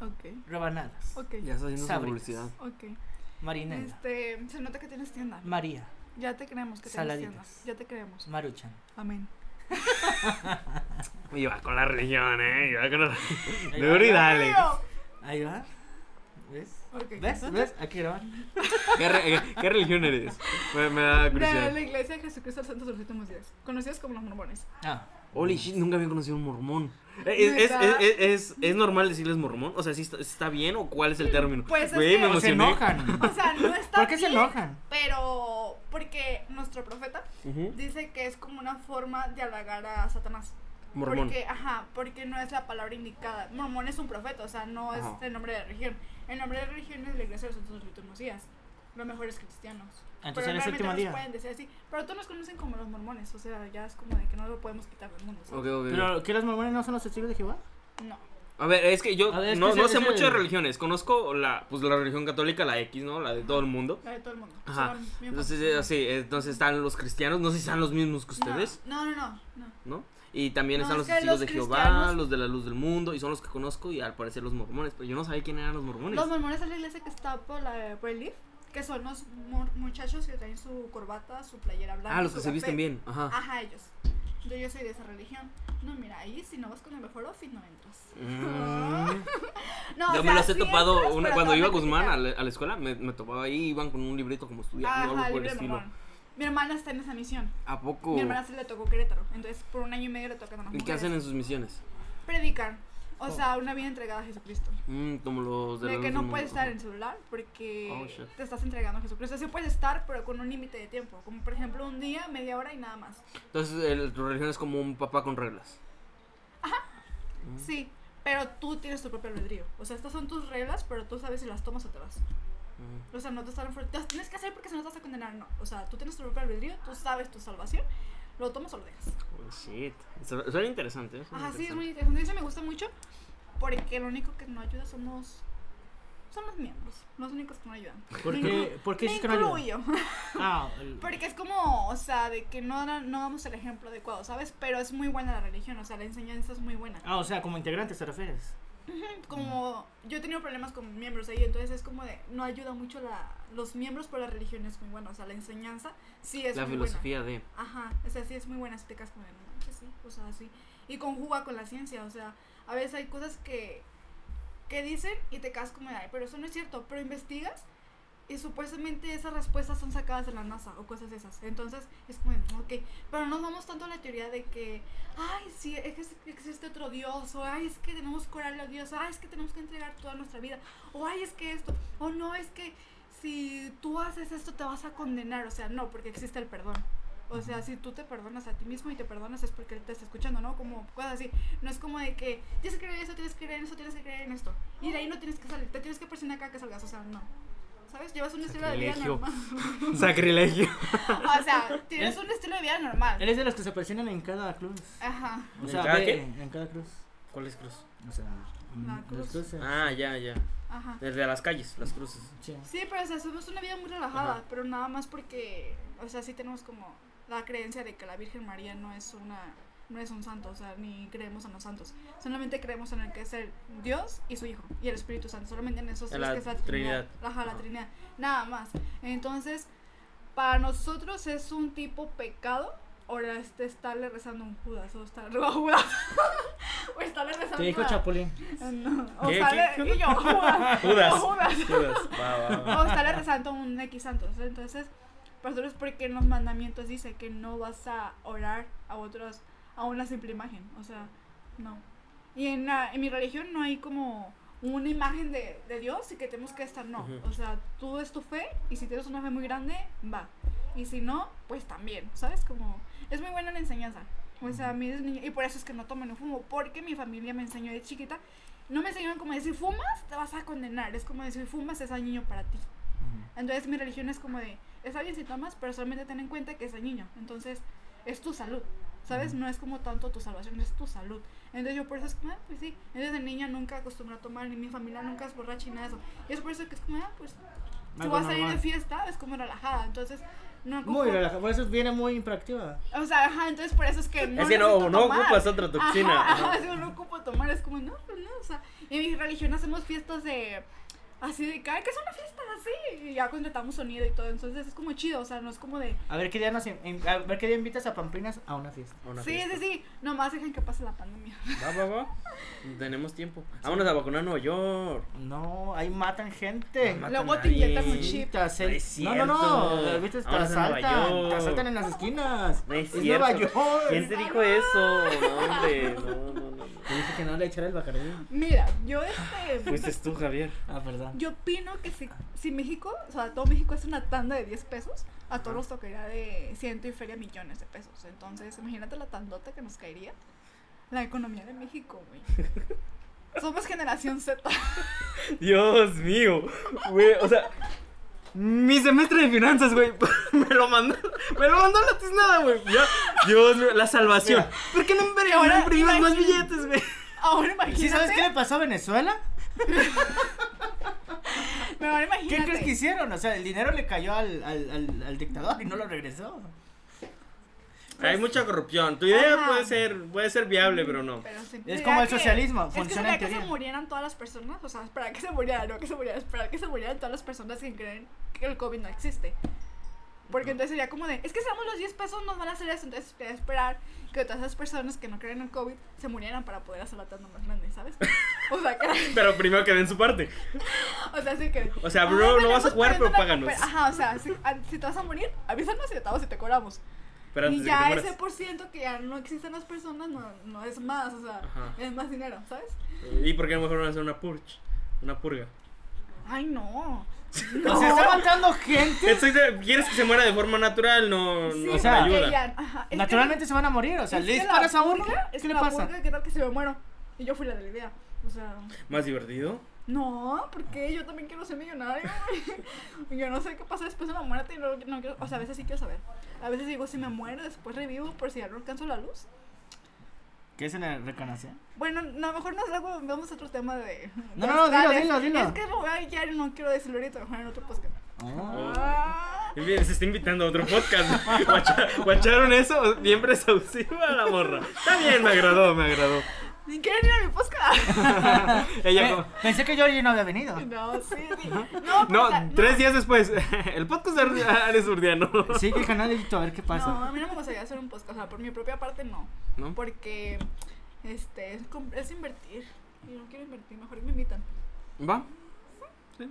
S3: Ok,
S1: rebanadas,
S3: ok,
S2: Ya está haciendo su
S1: Sabritas.
S2: publicidad.
S3: ok.
S1: marinela,
S3: Este, se nota que tienes tienda.
S1: María,
S3: Ya te creemos que tienes tienda.
S1: Saladitas.
S3: Ya te creemos.
S1: Maruchan.
S3: Amén.
S2: Y va con la religión, eh. y va con la...
S1: Ahí va,
S2: Duro y
S1: ahí va.
S2: dale.
S1: Ahí va. ¿Ves?
S3: Ok.
S1: ¿Ves? ¿Ves? Aquí graban.
S2: ¿Qué, re- qué religión eres? Me, me da
S3: De
S2: curiosidad.
S3: la iglesia de Jesucristo de los Santos de los Últimos Días. Conocidos como los mormones.
S1: Ah.
S2: Holy shit, nunca había conocido un mormón. Eh, ¿Es, es,
S3: ¿Neta?
S2: es, es, es- es normal decirles mormón? O sea, ¿sí está, está bien o cuál es el término?
S3: Pues es
S2: Güey,
S3: que-
S2: me
S1: Se
S2: emocioné.
S3: O
S1: enojan.
S3: sea, no está
S1: ¿Por qué se
S3: bien,
S1: enojan?
S3: Pero porque nuestro profeta
S2: Ujú,
S3: dice que es como una forma de halagar a Satanás.
S2: Mormón.
S3: Porque, ajá, porque no es la palabra indicada. Mormón es un profeta, o sea, no es
S2: Ajá.
S3: el nombre de la religión. El nombre de la religión es la iglesia de los santos de los últimos días. Lo mejor es cristianos.
S1: Entonces
S3: pero
S1: eres
S3: realmente
S1: último
S3: nos
S1: día.
S3: pueden decir así. Pero todos nos conocen como los mormones, o sea, ya es como de que no lo podemos quitar del mundo.
S2: Ok,
S3: ¿sabes?
S2: ok.
S1: ¿Pero que los mormones no son los testigos de Jehová?
S3: No.
S2: A ver, es que yo
S1: A ver, es
S2: no,
S1: que
S2: no
S1: ese-
S2: sé
S1: ese-
S2: mucho de religiones. Conozco la, pues, la religión católica, la X, ¿no? La de todo el mundo.
S3: La de todo el mundo.
S2: Ajá.
S3: Son bien
S2: Entonces,
S3: famosos.
S2: eh, sí, entonces están los cristianos. No sé si están los mismos que ustedes,
S3: No, no, no. no.
S2: ¿no? Y también
S3: No,
S2: están
S3: es
S2: los
S3: que
S2: testigos
S3: los
S2: de Jehová,
S3: cristianos-
S2: los de la luz del mundo, y son los que conozco, y al parecer los mormones. Pero yo no sabía quién eran los mormones.
S3: Los mormones es la iglesia que está por, la, por el Leaf, que son los mor- muchachos que traen su corbata, su playera blanca.
S2: ah, los
S3: su
S2: que se visten
S3: café.
S2: bien. Ajá.
S3: Ajá, ellos. Yo, yo soy de esa religión. No, mira, ahí si no vas con el mejor outfit no entras. Ah.
S2: Mm.
S3: No, o
S2: Yo me
S3: sea,
S2: los he
S3: sí
S2: topado
S3: entras,
S2: una-
S3: pero
S2: cuando
S3: te
S2: iba a
S3: van
S2: Guzmán a
S3: criticar.
S2: la, a la escuela, me, me topaba ahí, iban con un librito como estudiando o
S3: Ajá,
S2: algo por el
S3: libre
S2: estilo.
S3: mormón. Mi hermana está en esa misión.
S2: ¿A poco?
S3: Mi hermana se le tocó Querétaro. Entonces, por un año y medio le tocan a las
S2: ¿Y qué
S3: mujeres.
S2: hacen en Oh. sus misiones?
S3: Predicar. O sea, una vida entregada a Jesucristo.
S2: Mm, como los de, la
S3: De
S2: luz
S3: que
S2: del
S3: no
S2: mundo,
S3: puedes estar
S2: ajá.
S3: en celular porque
S2: Oh, shit.
S3: te estás entregando a Jesucristo. Sí puedes estar, pero con un límite de tiempo. Como por ejemplo un día, media hora y nada más.
S2: Entonces, el- tu religión es como un papá con reglas. Mm.
S3: Sí, pero tú tienes tu propio albedrío. O sea, estas son tus reglas, pero tú sabes si las tomas o te vas.
S2: Mm.
S3: O sea, no te están ofre- Las tienes que hacer porque si no te vas a condenar, no. O sea, tú tienes tu propio albedrío, tú sabes tu salvación, lo tomas o lo dejas.
S2: Oh, shit. Su- Suena interesante. ¿eh? Suena
S3: Ajá, sí, es muy
S2: interesante.
S3: interesante. Eso me gusta mucho porque lo único que no ayuda somos. Son los miembros, los únicos que no ayudan.
S1: ¿Por
S3: Me
S1: qué,
S3: inclu-
S1: ¿por qué
S3: me
S1: dices que no ayudan?
S3: incluyo.
S1: Ah, el-
S3: Porque es como, o sea, de que no, da- no damos el ejemplo adecuado, ¿sabes? Pero es muy buena la religión, o sea, la enseñanza es muy buena.
S1: ah, o sea, como integrante te refieres.
S3: Como yo he tenido problemas con miembros ahí, entonces es como de, no ayuda mucho la, los miembros, pero la religión es muy buena, o sea, la enseñanza sí es
S2: La
S3: muy
S2: filosofía de.
S3: buena. Ajá, o sea, sí es muy buena, si te quedas como de, no manches, sí, o sea, sí. Y conjuga con la ciencia, o sea, a veces hay cosas que, que dicen y te quedas como de, ay, pero eso no es cierto, pero investigas. Y supuestamente esas respuestas son sacadas de la NASA o cosas de esas. Entonces es como, de, ok, pero no nos vamos tanto a la teoría de que, ay, sí, es que ex- existe otro Dios, o ay, es que tenemos que orarle a Dios, ay, es que tenemos que entregar toda nuestra vida, o ay, es que esto, o no, es que si tú haces esto te vas a condenar, o sea, no, porque existe el perdón. O sea, si tú te perdonas a ti mismo y te perdonas es porque él te está escuchando, ¿no? Como cosas así. No es como de que tienes que creer en eso, tienes que creer en eso, tienes que creer en esto. Y de ahí no tienes que salir, te tienes que presionar acá que salgas, o sea, no. ¿Sabes? Llevas un estilo de vida
S2: Sacrilegio.
S3: normal.
S2: Sacrilegio.
S3: O sea, tienes un estilo de vida normal.
S1: Eres de los que se presionan en cada cruz.
S3: Ajá.
S1: O
S2: ¿En
S1: sea,
S2: cada
S1: ve-
S2: qué?
S1: en cada cruz.
S2: ¿Cuál es cruz?
S1: O sea, mm,
S3: La
S1: las
S3: cruz.
S1: cruces.
S2: Ah, ya, ya.
S3: Ajá.
S2: Desde las calles, las cruces.
S1: Sí.
S3: Sí, pero o sea, somos una vida muy relajada,
S2: Ajá.
S3: pero nada más porque, o sea, sí tenemos como la creencia de que la Virgen María no es una no es un santo, o sea, ni creemos en los santos. Solamente creemos en el que es el Dios y su Hijo y el Espíritu Santo, solamente en esos
S2: En
S3: tres
S2: la
S3: que es la
S2: Trinidad.
S3: Trinidad. Ajá, la
S2: Ajá.
S3: Trinidad, nada más. Entonces, para nosotros es un tipo pecado ahora este, estarle rezando a un Judas o estarle a Judas. o estarle rezando
S4: Te dijo
S3: a-
S4: Chapulín.
S3: Ah, no, O
S2: ¿Qué?
S3: estarle-
S2: ¿Qué?
S3: y yo, Judas.
S2: Judas.
S3: o Judas.
S2: Judas, va, va, va.
S3: O estarle rezando a un X santo. Entonces, por eso es porque en los mandamientos dice que no vas a orar a otros a una simple imagen. O sea, no. Y en, la- en mi religión no hay como una imagen de, de Dios y que tenemos que estar, no.
S2: Ujú.
S3: O sea, tú es tu fe y si tienes una fe muy grande, va. Y si no, pues también, ¿sabes? Como es muy buena la enseñanza. O sea, a mí desde niña- y por eso es que no tomo ni fumo, porque mi familia me enseñó de chiquita. No me enseñaron como decir, fumas, te vas a condenar. Es como decir, fumas, es dañino para ti. Entonces mi religión es como de, está bien si tomas, pero solamente ten en cuenta que es dañino. Entonces es tu salud, ¿sabes? No es como tanto tu salvación, es tu salud. Entonces yo por eso es como, ah, pues sí. Entonces de niña nunca acostumbré a tomar, ni mi familia nunca es borracha y nada de eso. Y es por eso que es como, ah, pues si
S4: Algo
S3: vas a ir de
S4: normal.
S3: fiesta, es como relajada. Entonces no
S4: Muy
S3: ocupo-
S4: relajado. Por eso viene muy impractiva.
S3: O sea, ajá, entonces por eso es que no
S2: Es que no,
S3: necesito
S2: no
S3: tomar.
S2: ocupas otra toxina.
S3: Ajá,
S2: Ajá.
S3: ajá, yo no ocupo tomar, es como, no, pues no, o sea, en mi religión hacemos fiestas de, así de, cada que es una fiesta así, y ya contratamos sonido y todo, entonces es como chido, o sea, no es como de,
S4: A ver qué día, nos, in- in- a ver qué día invitas a Pamplinas a una fiesta.
S2: Una
S3: sí,
S2: fiesta.
S3: sí, sí, nomás dejen que pase la pandemia.
S2: Va, va, va. Tenemos tiempo. Vámonos a vacunar a Nueva York.
S4: No, ahí matan gente.
S2: No matan
S3: Luego te
S2: nadie.
S3: inyectan un
S4: Sí,
S3: chip.
S4: te hacen-
S2: No es
S4: no, no, no.
S2: cierto.
S4: ¿Viste? Te
S2: Ahora es en Nueva
S4: asaltan. Te
S2: York.
S4: asaltan en las esquinas.
S2: No
S4: es
S2: es
S4: Nueva
S2: cierto.
S4: York.
S2: ¿Quién te dijo eso? No, hombre. No, no, no. no.
S4: Te dije que no le echara el bacardí.
S3: Mira, yo este,
S2: Fuiste tú, Javier.
S4: Ah, perdón.
S3: yo opino que si, si México, o sea, todo México es una tanda de 10 pesos, a todos nos tocaría de ciento y feria millones de pesos, entonces imagínate la tandota que nos caería, la economía de México, güey. Somos generación Z.
S2: Dios mío. Güey, o sea. Mi semestre de finanzas, güey. Me lo mandó. Me lo mandó la tiznada, güey. Ya, Dios mío, la salvación.
S4: Mira.
S2: ¿Por qué no imprim-
S3: Ahora,
S2: no imprimimos más
S3: imagínate.
S2: billetes, güey?
S3: Ahora
S4: ¿Sí
S3: imagínate.
S4: sabes qué le pasó a Venezuela?
S3: Pero ahora
S4: ¿Qué
S3: imagínate.
S4: crees que hicieron? O sea, el dinero le cayó al, al, al, al dictador y no lo regresó.
S2: Hay mucha corrupción. Tu idea
S3: Ajá.
S2: puede ser, puede ser viable, pero no.
S3: Pero sí.
S4: Es
S3: Sería
S4: como el
S3: que-
S4: socialismo,
S3: Es
S4: funciona en
S3: que sería que se
S4: teoría.
S3: murieran todas las personas, o sea, esperar que se murieran, no que se murieran, esperar que se murieran todas las personas que creen que el COVID no existe. Porque entonces sería como de, es que si damos los 10 pesos nos van a hacer eso, entonces sería esperar que todas esas personas que no creen en el COVID se murieran para poder hacer la tanda más grande, ¿sabes? O sea, que,
S2: Pero primero que den su parte.
S3: o sea, sí que...
S2: O sea,
S3: "Ah,
S2: bro, no vas a
S3: tenemos
S2: jugar, pero
S3: 40
S2: páganos.
S3: Ajá, o sea, si, ah, si te vas a morir, avísanos y te damos y te cobramos.
S2: Pero antes
S3: y
S2: de que te
S3: ya
S2: mueras.
S3: ese por ciento que ya no existen las personas no, no es más, o sea,
S2: Ajá.
S3: es más dinero, ¿sabes?
S2: ¿Y por qué a lo mejor van a hacer una purge? Una purga.
S3: Ay, no.
S4: O sea, está matando gente.
S2: Estoy de- ¿Quieres que se muera de forma natural? No,
S3: Sí,
S2: no
S4: o
S2: se
S4: sea,
S3: porque
S2: ayuda.
S3: ya- ajá, es que-
S4: Naturalmente se van a morir. O sea,
S3: es
S4: le
S3: que la
S4: disparas a uno.
S3: purga es
S4: ¿Qué le
S3: una
S4: pasa?
S3: purga, ¿Qué tal que se me muero? Y yo fui la de la idea. O sea,
S2: ¿Más divertido?
S3: no, porque yo también quiero ser millonario. güey. yo no sé qué pasa después de la muerte. Y no, no quiero, o sea, a veces sí quiero saber. A veces digo, si me muero, después revivo por si ya no alcanzo la luz.
S4: ¿Qué es la reconoce?
S3: Bueno, no, a lo mejor nos luego vemos otro tema de.
S4: No, no,
S3: de
S4: no, dilo,
S3: astrales.
S4: dilo, dilo.
S3: Es que lo voy a guiar y no quiero decirlo ahorita, mejor en otro podcast. Ah.
S2: Y mira, Se está invitando a otro podcast. Guacha- ¿Guacharon eso? Bien presusiva la morra. Está bien, me agradó, me agradó.
S3: ¿Ni quieren ir a mi podcast?
S2: Ella como-
S4: Pensé que Georgie no había venido.
S3: no, sí, sí. No,
S2: No,
S3: pues, la-
S2: tres días después. El podcast de Ar- Ares Urdiano.
S4: Sigue el canal de YouTube a ver qué
S3: No,
S4: pasa.
S3: a mí no me gustaría hacer un podcast, o sea, por mi propia parte no.
S2: ¿No? pues,
S3: Porque este, es, com- es invertir. Y no quiero invertir, mejor me invitan.
S2: ¿Va? Sí.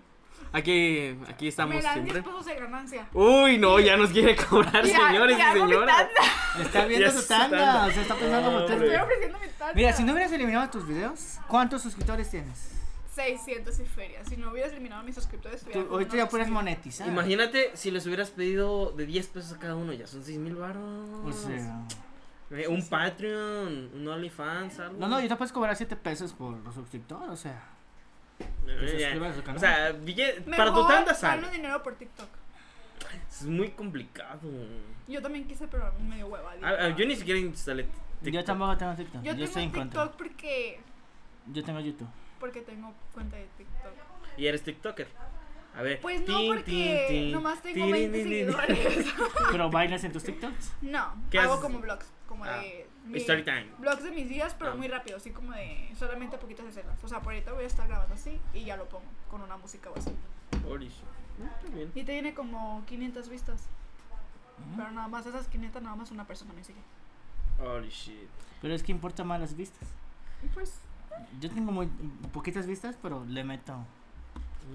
S2: Aquí, aquí estamos
S3: me dan
S2: siempre.
S3: 10 pesos de ganancia.
S2: Uy, no, ya nos quiere cobrar,
S3: Y a-
S2: señores
S3: y
S2: y
S3: hago mi
S2: señoras.
S3: tanda.
S4: Está viendo
S2: Ya
S4: su
S2: su tanda.
S4: tanda. O sea, está pensando como
S2: No,
S4: tú.
S2: hombre.
S3: Estoy ofreciendo mi tanda.
S4: Mira, si no hubieras eliminado tus videos, ¿cuántos suscriptores tienes?
S3: 600 y feria. Si no hubieras eliminado a mis suscriptores,
S4: Tú,
S3: estuviera con
S4: ahorita
S3: uno
S4: ya puedes
S3: suscriptor.
S4: monetizar.
S2: Imagínate si les hubieras pedido de 10 pesos a cada uno, ya son 6 mil baros. Eh,
S4: O sea,
S2: un Patreon, un OnlyFans, algo.
S4: no, no, yo te puedes cobrar 7 pesos por suscriptor, o sea.
S2: Eh,
S4: te
S2: ya.
S4: suscribas al canal.
S2: O sea, bille-
S3: Mejor
S2: para tu tanda
S3: gano
S2: sale.
S3: dinero por TikTok.
S2: Es muy complicado.
S3: Yo también quise, pero me dio hueva. dije,
S2: Ah, ah, yo
S3: "Ah".
S2: ni siquiera instalé. TikTok.
S4: Yo tampoco tengo TikTok. Yo,
S3: Yo
S4: estoy en
S3: tengo
S4: contra.
S3: TikTok porque,
S4: Yo tengo YouTube.
S3: porque tengo cuenta de TikTok.
S2: Y eres TikToker. A ver.
S3: Pues no,
S2: tin,
S3: porque
S2: tin, tin,
S3: nomás tengo
S2: tin,
S3: 20
S2: tin, tin, tin.
S3: seguidores.
S4: Pero bailas en tus TikToks.
S3: No,
S2: ¿Qué
S3: hago
S2: haces?
S3: como vlogs, como
S2: Ah,
S3: de...
S2: Story time.
S3: Vlogs de mis días, pero
S2: Ah.
S3: muy rápido, así como de solamente poquitas escenas. O sea, por ahorita voy a estar grabando así y ya lo pongo con una música o así.
S2: Oris. Mm, está bien.
S3: Y te viene como 500 vistas.
S2: Ah.
S3: Pero nada más esas 500, nada más una persona me sigue.
S2: Holy shit.
S1: Pero es que importa más las vistas.
S3: Pues,
S1: Yo tengo muy poquitas vistas, pero le meto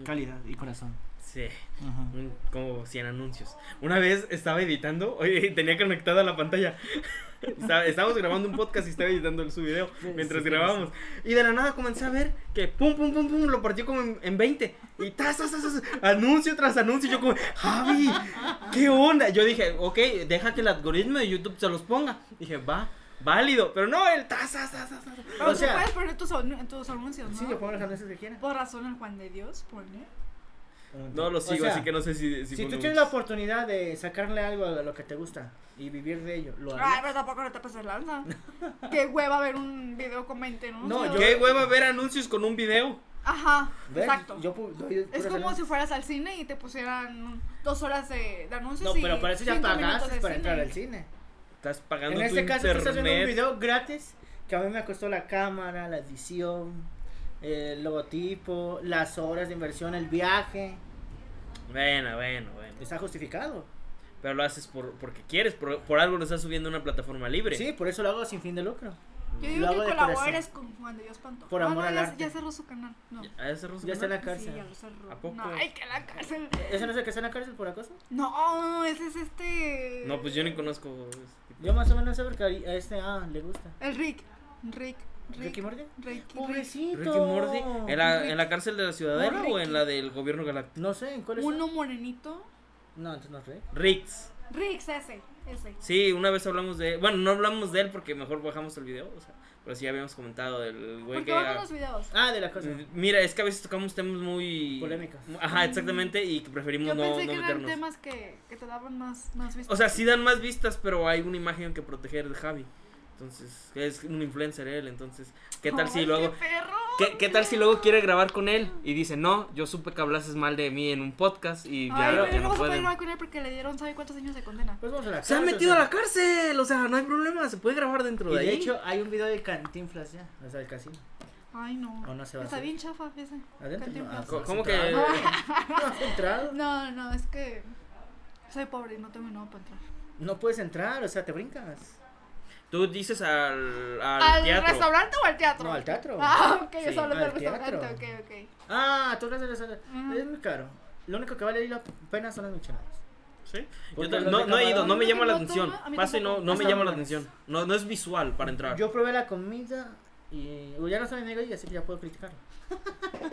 S1: calidad y corazón.
S2: Sí,
S1: Ujú.
S2: un- como 100 anuncios. Una vez estaba editando, oye, tenía conectada la pantalla. Estaba- Estábamos grabando un podcast y estaba editando el- su video
S1: Sí,
S2: mientras
S1: sí,
S2: grabábamos. Y de la nada comencé a ver que pum, pum, pum, pum, lo partió como en, en 20. Y tas, tas, tas, tas, anuncio tras anuncio. Yo como, Javi, ¿qué onda? Yo dije, ok, deja que el algoritmo de YouTube se los ponga. Dije, va, válido. Pero no, el tas, tas, tas, tas, tas.
S3: pero
S1: sea-
S3: tú puedes poner tus, anu- tus anuncios, ¿no?
S1: Sí, yo pongo las veces que quiera.
S3: Por razón el Juan de Dios pone.
S2: No lo
S1: O
S2: sigo,
S1: sea,
S2: así que no sé si.
S1: Si
S2: Si,
S1: tú
S2: pongo
S1: tienes la
S2: muchos.
S1: oportunidad de sacarle algo a lo que te gusta y vivir de ello, lo
S3: Ay,
S1: harías.
S3: pero tampoco no te pases lanza. Qué hueva ver un video con 20 anuncios.
S1: yo-
S2: ¿Qué hueva ver anuncios con un video?
S3: Ajá,
S1: ¿Ves?
S3: exacto.
S1: Yo pu- doy
S3: Es
S1: puras
S3: como
S1: anuncios.
S3: si fueras al cine y te pusieran dos horas de, de anuncios.
S1: No,
S3: y
S1: pero para eso ya
S3: cinco minutos
S1: pagaste
S3: de
S1: para
S3: cine.
S1: entrar al cine.
S2: Estás pagando
S1: En
S2: tu
S1: este caso
S2: internet.
S1: estás haciendo un video gratis que a mí me costó la cámara, la edición, el logotipo, las horas de inversión, el viaje.
S2: Bueno, bueno, bueno.
S1: Está justificado.
S2: Pero lo haces por, porque quieres, por, por algo lo estás subiendo a una plataforma libre.
S1: Sí, por eso lo hago sin fin de lucro.
S3: Yo
S1: Lo
S3: digo
S1: hago
S3: que
S1: de
S3: colabores con Juan de Dios Pantoja.
S1: Por
S3: Ah,
S1: amor
S3: no,
S1: al
S3: ya,
S1: arte.
S3: ya cerró su canal. No.
S2: ¿Ya ese ruso
S1: Ya está en
S2: canal?
S1: la cárcel.
S3: Sí, ya lo cerró.
S2: ¿A poco?
S3: No, ay, que la cárcel.
S1: ¿Ese no es el que está en la cárcel por acoso?
S3: No, ese es este.
S2: No, pues yo ni conozco. ese tipo.
S1: Yo más o menos sé porque a a este ah, le gusta.
S3: El Rick. Rick. Rick.
S1: ¿Ricky Morty?
S3: Rick. Rick.
S1: Pobrecito.
S2: Ricky Morty. ¿En la,
S3: Rick.
S2: en la cárcel de la ciudadela
S3: Ricky.
S2: o en la del gobierno galáctico?
S1: eh, No sé, ¿en cuál es?
S3: Uno morenito.
S1: No, entonces no es Rick.
S2: Riggs.
S3: Rick, ese. Ese.
S2: Sí, una vez hablamos de. Bueno, no hablamos de él porque mejor bajamos el video. O sea, pero sí habíamos comentado del güey
S3: ¿Por
S2: que.
S3: qué bajan los videos?
S1: Ah, de la cosa.
S2: Mira, es que a veces tocamos temas muy.
S1: Polémicos.
S2: Ajá, exactamente. Y que preferimos
S3: Yo
S2: no,
S3: pensé
S2: no
S3: que eran
S2: meternos.
S3: temas que, que te daban más, más vistas.
S2: O sea, sí dan más vistas, pero hay una imagen que proteger de Javi. Entonces, es un influencer él, entonces, ¿qué tal si
S3: Ay,
S2: luego
S3: ¡Qué perro!
S2: ¿Qué, qué tal si luego quiere grabar con él y dice, "No, yo supe que hablases mal de mí en un podcast y ya
S3: Ay,
S2: veo
S3: pero
S2: que
S3: no
S2: no
S3: se puede
S2: pueden."
S3: grabar con él porque le dieron, ¿sabe cuántos años de condena?
S1: Pues vamos a la
S2: Se ha
S1: cárcel,
S2: metido
S1: o
S2: a
S1: sea.
S2: la cárcel, o sea, no hay problema, se puede grabar dentro
S1: Y
S2: de ahí.
S1: de hecho, hay un video de Cantinflas ya, o sea, del casino.
S3: Ay, no.
S1: O no se va a
S3: Está
S1: hacer.
S3: bien chafa ese.
S1: Adentro, no,
S3: Cantinflas.
S1: ah,
S2: ¿Cómo que
S1: No has entrado.
S3: No, no, es que soy pobre y no tengo nada para entrar.
S1: No puedes entrar, o sea, te brincas.
S2: tú dices al, al,
S3: ¿Al
S2: teatro?
S3: restaurante o al teatro?
S1: No, al teatro.
S3: Ah, ok, yo
S2: Sí,
S3: solo del
S1: al teatro.
S3: restaurante, ok, ok.
S1: Ah, tú hablas de las
S3: Ajá.
S1: Es muy caro. Lo único que vale la pena son las micheladas.
S2: Sí. Yo
S1: Porque
S2: ta-
S1: los
S2: no,
S1: de
S2: no he ido,
S1: camarón-
S2: no me llama la
S3: No, no,
S2: atención.
S3: no, a mí
S2: Paso y no,
S3: tampoco.
S2: no me
S1: Hasta
S2: llama la
S1: luego.
S2: atención. No, no es visual para entrar.
S1: Yo probé la comida y uy, ya no está mi amigo ahí, así que ya puedo criticarlo.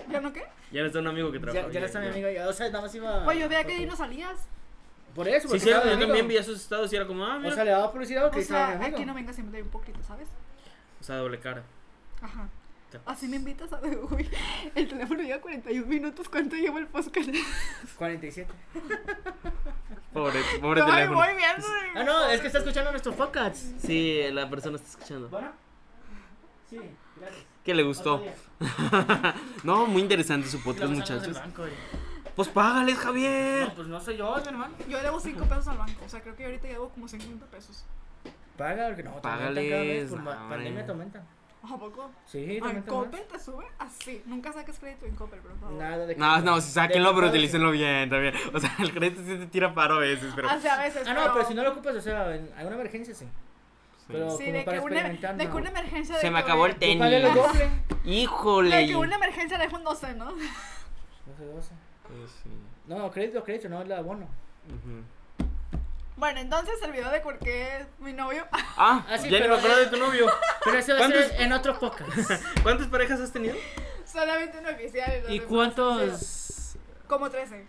S3: ¿Ya no qué?
S2: Ya no está un amigo que trabaja.
S1: Ya, ya no está mi amigo ahí. O sea, nada más iba.
S3: Oye, yo veía que
S1: por-
S3: ahí no salías.
S1: Por eso,
S2: Sí,
S1: porque
S2: cierto,
S1: estaba
S2: yo
S1: mi
S2: también
S1: amigo.
S2: veía sus estados y era como, ah, mira.
S1: O sea, le daba publicidad porque
S3: O sea,
S1: estaba mi
S3: aquí no
S1: amigo.
S3: vengas a invitar hipócrita, ¿sabes?
S2: O sea, doble cara.
S3: Ajá.
S2: Te-
S3: Así me invitas a ver, uy, el teléfono lleva 41 minutos, ¿cuánto lleva el podcast?
S1: 47.
S2: Pobre, pobre
S3: Ay,
S2: teléfono.
S3: voy viendo. de-
S1: Ah, no, es que está escuchando nuestros podcasts.
S2: Sí, la persona está escuchando.
S1: Bueno. Sí, gracias.
S2: Que le
S1: Otro
S2: gustó.
S1: día.
S2: No, muy interesante su
S1: Y la
S2: podcast,
S1: vamos a hablar del
S2: muchachos.
S1: banco, oye.
S2: Pues págales, Javier.
S1: No, pues no soy yo, mi hermano.
S3: Yo debo 5 pesos al banco, o sea, creo que ahorita llevo como 50 pesos.
S1: Paga, porque no, te aumentan
S2: Págales,
S1: cada vez, por
S2: no,
S1: ma- pandemia
S2: hombre.
S1: te aumentan.
S3: ¿A poco?
S1: Sí, te
S3: En
S1: aumentan
S3: Coppel te sube así. Nunca saques crédito en Coppel, por
S1: más.
S3: favor.
S1: Nada de
S2: No, no, sí, sáquenlo, pero
S1: de-
S2: utilícenlo bien también. O sea, el crédito sí te tira paro a veces, pero.
S3: Hace a veces.
S1: Ah, no, pero si no lo ocupas, o sea, en alguna emergencia sí. Pero
S3: Sí,
S1: como
S3: de que,
S1: para
S3: una,
S1: experimentar,
S3: de
S1: no.
S3: que una emergencia.
S2: Se
S3: de
S2: me
S3: que
S2: acabó el
S3: una-
S1: Tú
S2: tenis.
S1: págale lo doble.
S2: Híjole.
S3: De que una emergencia dejo un 12, ¿no?
S1: No sé, doce.
S2: Pues sí.
S1: No, crédito, crédito, no el abono.
S2: Ujú.
S3: Bueno, entonces el video de por qué mi novio.
S2: Ah,
S1: Ah, sí,
S2: ya ni
S1: pero-
S2: me acuerdo de tu novio.
S1: Pero eso va a
S2: ¿Cuántos-
S1: ser en otro podcast.
S2: ¿Cuántas parejas has tenido?
S3: solamente un oficial. los
S1: ¿Y
S3: demás, cero.
S1: cuántos?
S3: Como 13.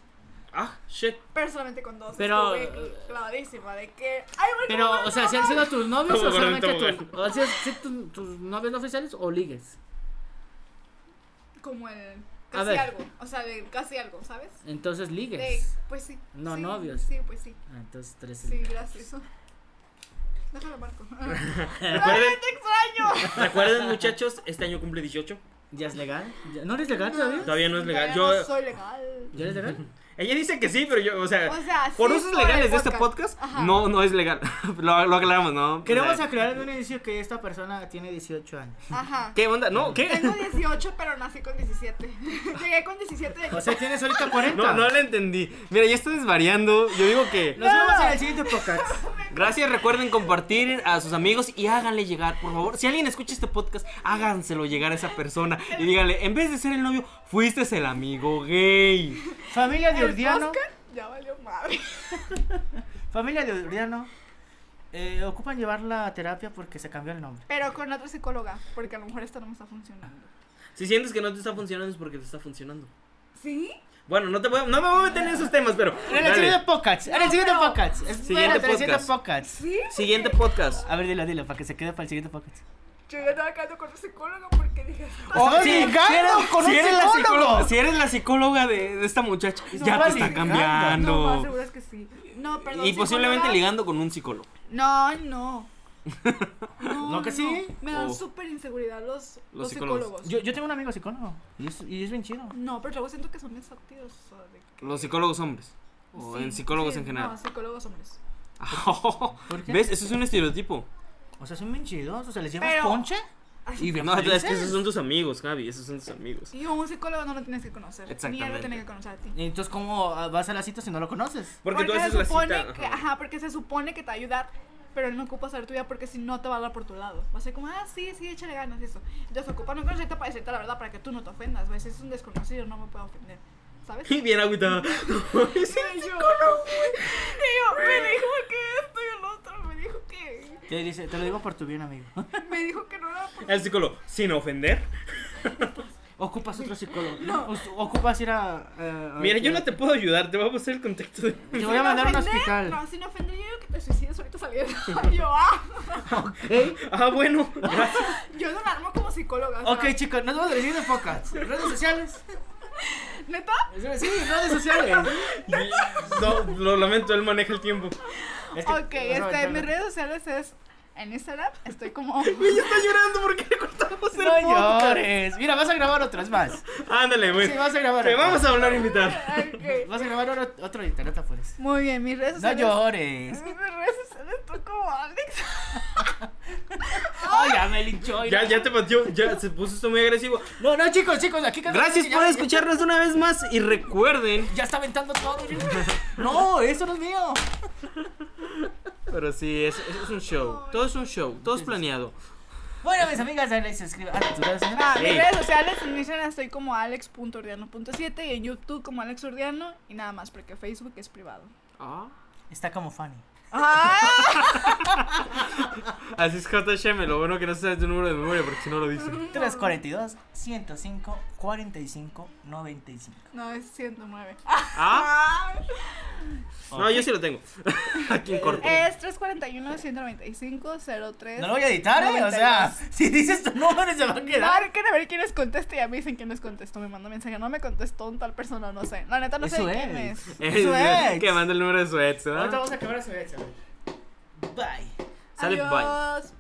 S2: Ah, shit.
S3: Pero solamente con 12.
S1: Pero- eh,
S3: Estuve clavadísima de que. Ay, ¿por qué
S1: Pero,
S3: no me
S1: o sea, si han sido tus novios
S2: Como
S1: o solamente
S2: Roberto
S1: tus, o sea, si tu- tus novios no oficiales o ligues.
S3: Como el.
S1: A
S3: Casi
S1: ver.
S3: algo. O sea, de casi algo, ¿sabes?
S1: Entonces
S3: De,
S1: ligues.
S3: pues sí.
S1: No,
S3: sí,
S1: novios.
S3: Sí, pues sí.
S1: Ah, entonces tres.
S3: Sí, gracias. Déjalo, Marco. ¡Realmente
S2: Recuerden,
S3: extraño!
S2: recuerden, muchachos, este año cumple 18.
S1: ¿Ya es legal? ¿Ya- ¿No eres legal todavía?
S2: Todavía no es legal. Yo-
S3: Todavía no soy legal.
S1: ¿Ya eres legal?
S2: Ella dice que sí, pero yo, o sea,
S3: O sea,
S2: Eh, por
S3: sí,
S2: usos
S3: por
S2: legales
S3: el
S2: de este
S3: podcast.
S2: podcast,
S3: Ajá.
S2: no, no es legal. lo, lo aclaramos, ¿no?
S1: Queremos
S2: a...
S1: aclarar en un edificio que esta persona tiene 18 años.
S3: Ajá.
S2: ¿Qué onda? No, ¿qué?
S3: Tengo 18, pero nací con 17. Llegué con 17 de
S1: O sea, tienes ahorita 40.
S2: No, no la entendí. Mira, ya está desvariando. Yo digo que.
S1: Nos vemos en el siguiente podcast.
S2: Gracias, recuerden compartir a sus amigos y háganle llegar, por favor. Si alguien escucha este podcast, háganselo llegar a esa persona y díganle, en vez de ser el novio, fuiste el amigo gay.
S1: Familia de
S3: El
S1: Urdiano.
S3: Oscar Ya valió madre.
S1: Familia de Urdiano. eh, ocupan llevarla a terapia porque se cambió el nombre.
S3: Pero con otra psicóloga, porque a lo mejor esta no me está funcionando.
S2: Si sientes que no te está funcionando es porque te está funcionando.
S3: ¿Sí?
S2: Bueno, no te voy a- no me voy a meter en esos temas, pero
S1: En el
S2: dale.
S1: siguiente podcast. En el siguiente
S3: pero-
S1: podcast.
S2: Siguiente
S1: Espérate, en el siguiente podcast.
S3: ¿Sí?
S2: siguiente podcast.
S1: A ver, dilo, dilo, para que se quede para el siguiente podcast.
S3: Yo ya estaba quedando con otra psicóloga porque dije...
S1: Oh,
S2: Sí,
S1: ligando
S2: si eres-
S1: con
S2: si
S1: un
S2: eres la
S1: psicólogo.
S2: psicóloga- si eres la psicóloga de, de esta muchacha, ya te
S1: va ligando.
S2: está
S3: No, más
S2: cambiando.
S3: seguro es que sí. No, perdón.
S2: y posiblemente
S3: psicóloga.
S2: ligando con un psicólogo.
S3: No, no. No,
S1: ¿No que sí?
S3: Me dan
S2: Oh.
S3: súper inseguridad los, los,
S2: Los
S3: psicólogos.
S2: psicólogos.
S1: Yo, yo tengo un amigo psicólogo y es, y es bien chido.
S3: No, pero luego siento que son exactos. o sea, de que-
S2: Los psicólogos hombres. O
S3: Sí,
S2: en psicólogos
S3: sí,
S2: en general. Ah,
S3: No, psicólogos hombres.
S1: ¿Por qué?
S2: ¿Ves? Eso es un estereotipo.
S1: O sea, son bien chidos. O sea, les llevas
S3: Pero-
S1: ponche y bien
S2: No, es
S1: felices.
S2: que esos son tus amigos, Javi. Esos son tus amigos.
S3: Y un psicólogo no lo tienes que conocer. Ni él lo
S2: Exactamente.
S3: tiene que conocer a ti.
S1: Entonces, ¿cómo ah, vas a la cita si no lo conoces?
S2: Porque, tú
S3: se
S2: haces la
S3: supone
S2: cita.
S3: Que,
S2: ajá.
S3: ajá, porque se supone que te va a ayudar, pero él no ocupa saber tu vida porque si no te va a dar por tu lado. Va a ser como, ah, sí, sí, échale ganas y eso. Entonces ocupa no conocerte para decirte la verdad, para que tú no te ofendas. Ves, es un desconocido, no me puedo ofender. ¿Sabes?
S2: Y bien agüita.
S3: Sí, yo, y yo, me dijo que esto y el otro, me dijo que...
S1: Te, dice, te lo digo por tu bien, amigo.
S3: Me dijo que no era por...
S2: El psicólogo, sin ofender.
S1: Ocupas otro psicólogo. O- Ocupas ir a. eh, a-
S2: Mira, yo no te puedo ayudar. Te voy a pasar el contacto de.
S1: Te voy a
S3: Sin
S1: mandar a un
S3: ofender,
S1: hospital.
S3: No, sin ofender, yo digo que te suicides ahorita saliendo. Y yo, ah,
S2: Ah, bueno. Gracias.
S3: yo no me armo como psicóloga. o sea,
S1: Ok, chicos, nos vamos a decir de podcast. Redes sociales.
S3: ¿Neta?
S1: Sí, redes sociales.
S2: No, lo lamento, él maneja el tiempo.
S1: Es que-
S3: Ok,
S1: no,
S3: este,
S1: no,
S3: mis
S1: no.
S3: redes sociales es... En Instagram estoy como...
S2: Ella está llorando porque le cortamos el
S1: No
S2: podcast.
S1: llores. Mira, vas a grabar otras más.
S2: Ándale, güey.
S1: Sí, vas Pues, a grabar.
S2: Te
S1: otra.
S2: vamos a hablar invitar.
S3: Ok.
S1: Vas a grabar oro- otro y te no te apures.
S3: Muy bien, mis redes
S1: No
S3: sociales.
S1: llores.
S3: Mis redes sociales estoy como Alex.
S1: Ay, ya me linchó.
S2: Ya, ya te pateó. Ya se puso esto muy agresivo.
S1: No, no, chicos, chicos, aquí cada-
S2: Gracias
S1: ya-
S2: por
S1: ya-
S2: escucharnos una vez más. Y recuerden.
S1: Ya está aventando todo. miren. No, eso no es mío.
S2: Pero sí, es, es- es un show. Todo es un show. Todo es planeado.
S1: Bueno, mis amigas, ahí les escribo. Ah, tus redes sociales.
S3: Ah,
S2: Sí.
S3: Mis redes sociales en Instagram estoy como alex.ordiano.7 y en YouTube como Alex Ordiano y nada más porque Facebook es privado.
S2: Ah.
S1: Está como Fanny.
S2: Así es JHM, lo bueno que no se sabe tu número de memoria porque si no lo dice.
S1: 342 105 45 95.
S3: No, es 109.
S2: ¿Ah? No, yo sí lo tengo. Aquí en corto.
S3: Es 341-195-03.
S1: No lo voy a editar, ¿eh? O sea, si dices tu número se va a quedar.
S3: Marquen a ver quién les contesta y a mí dicen quién les contestó. Me manda mensaje, no me contestó un tal persona, no sé. La neta no sé
S1: Eso
S3: de quién
S1: es.
S3: es.
S2: Es-
S1: su ex.
S2: que manda el número de su ex, ¿verdad?
S1: vamos a acabar su Bye.
S2: Sale, bye.
S3: Adiós.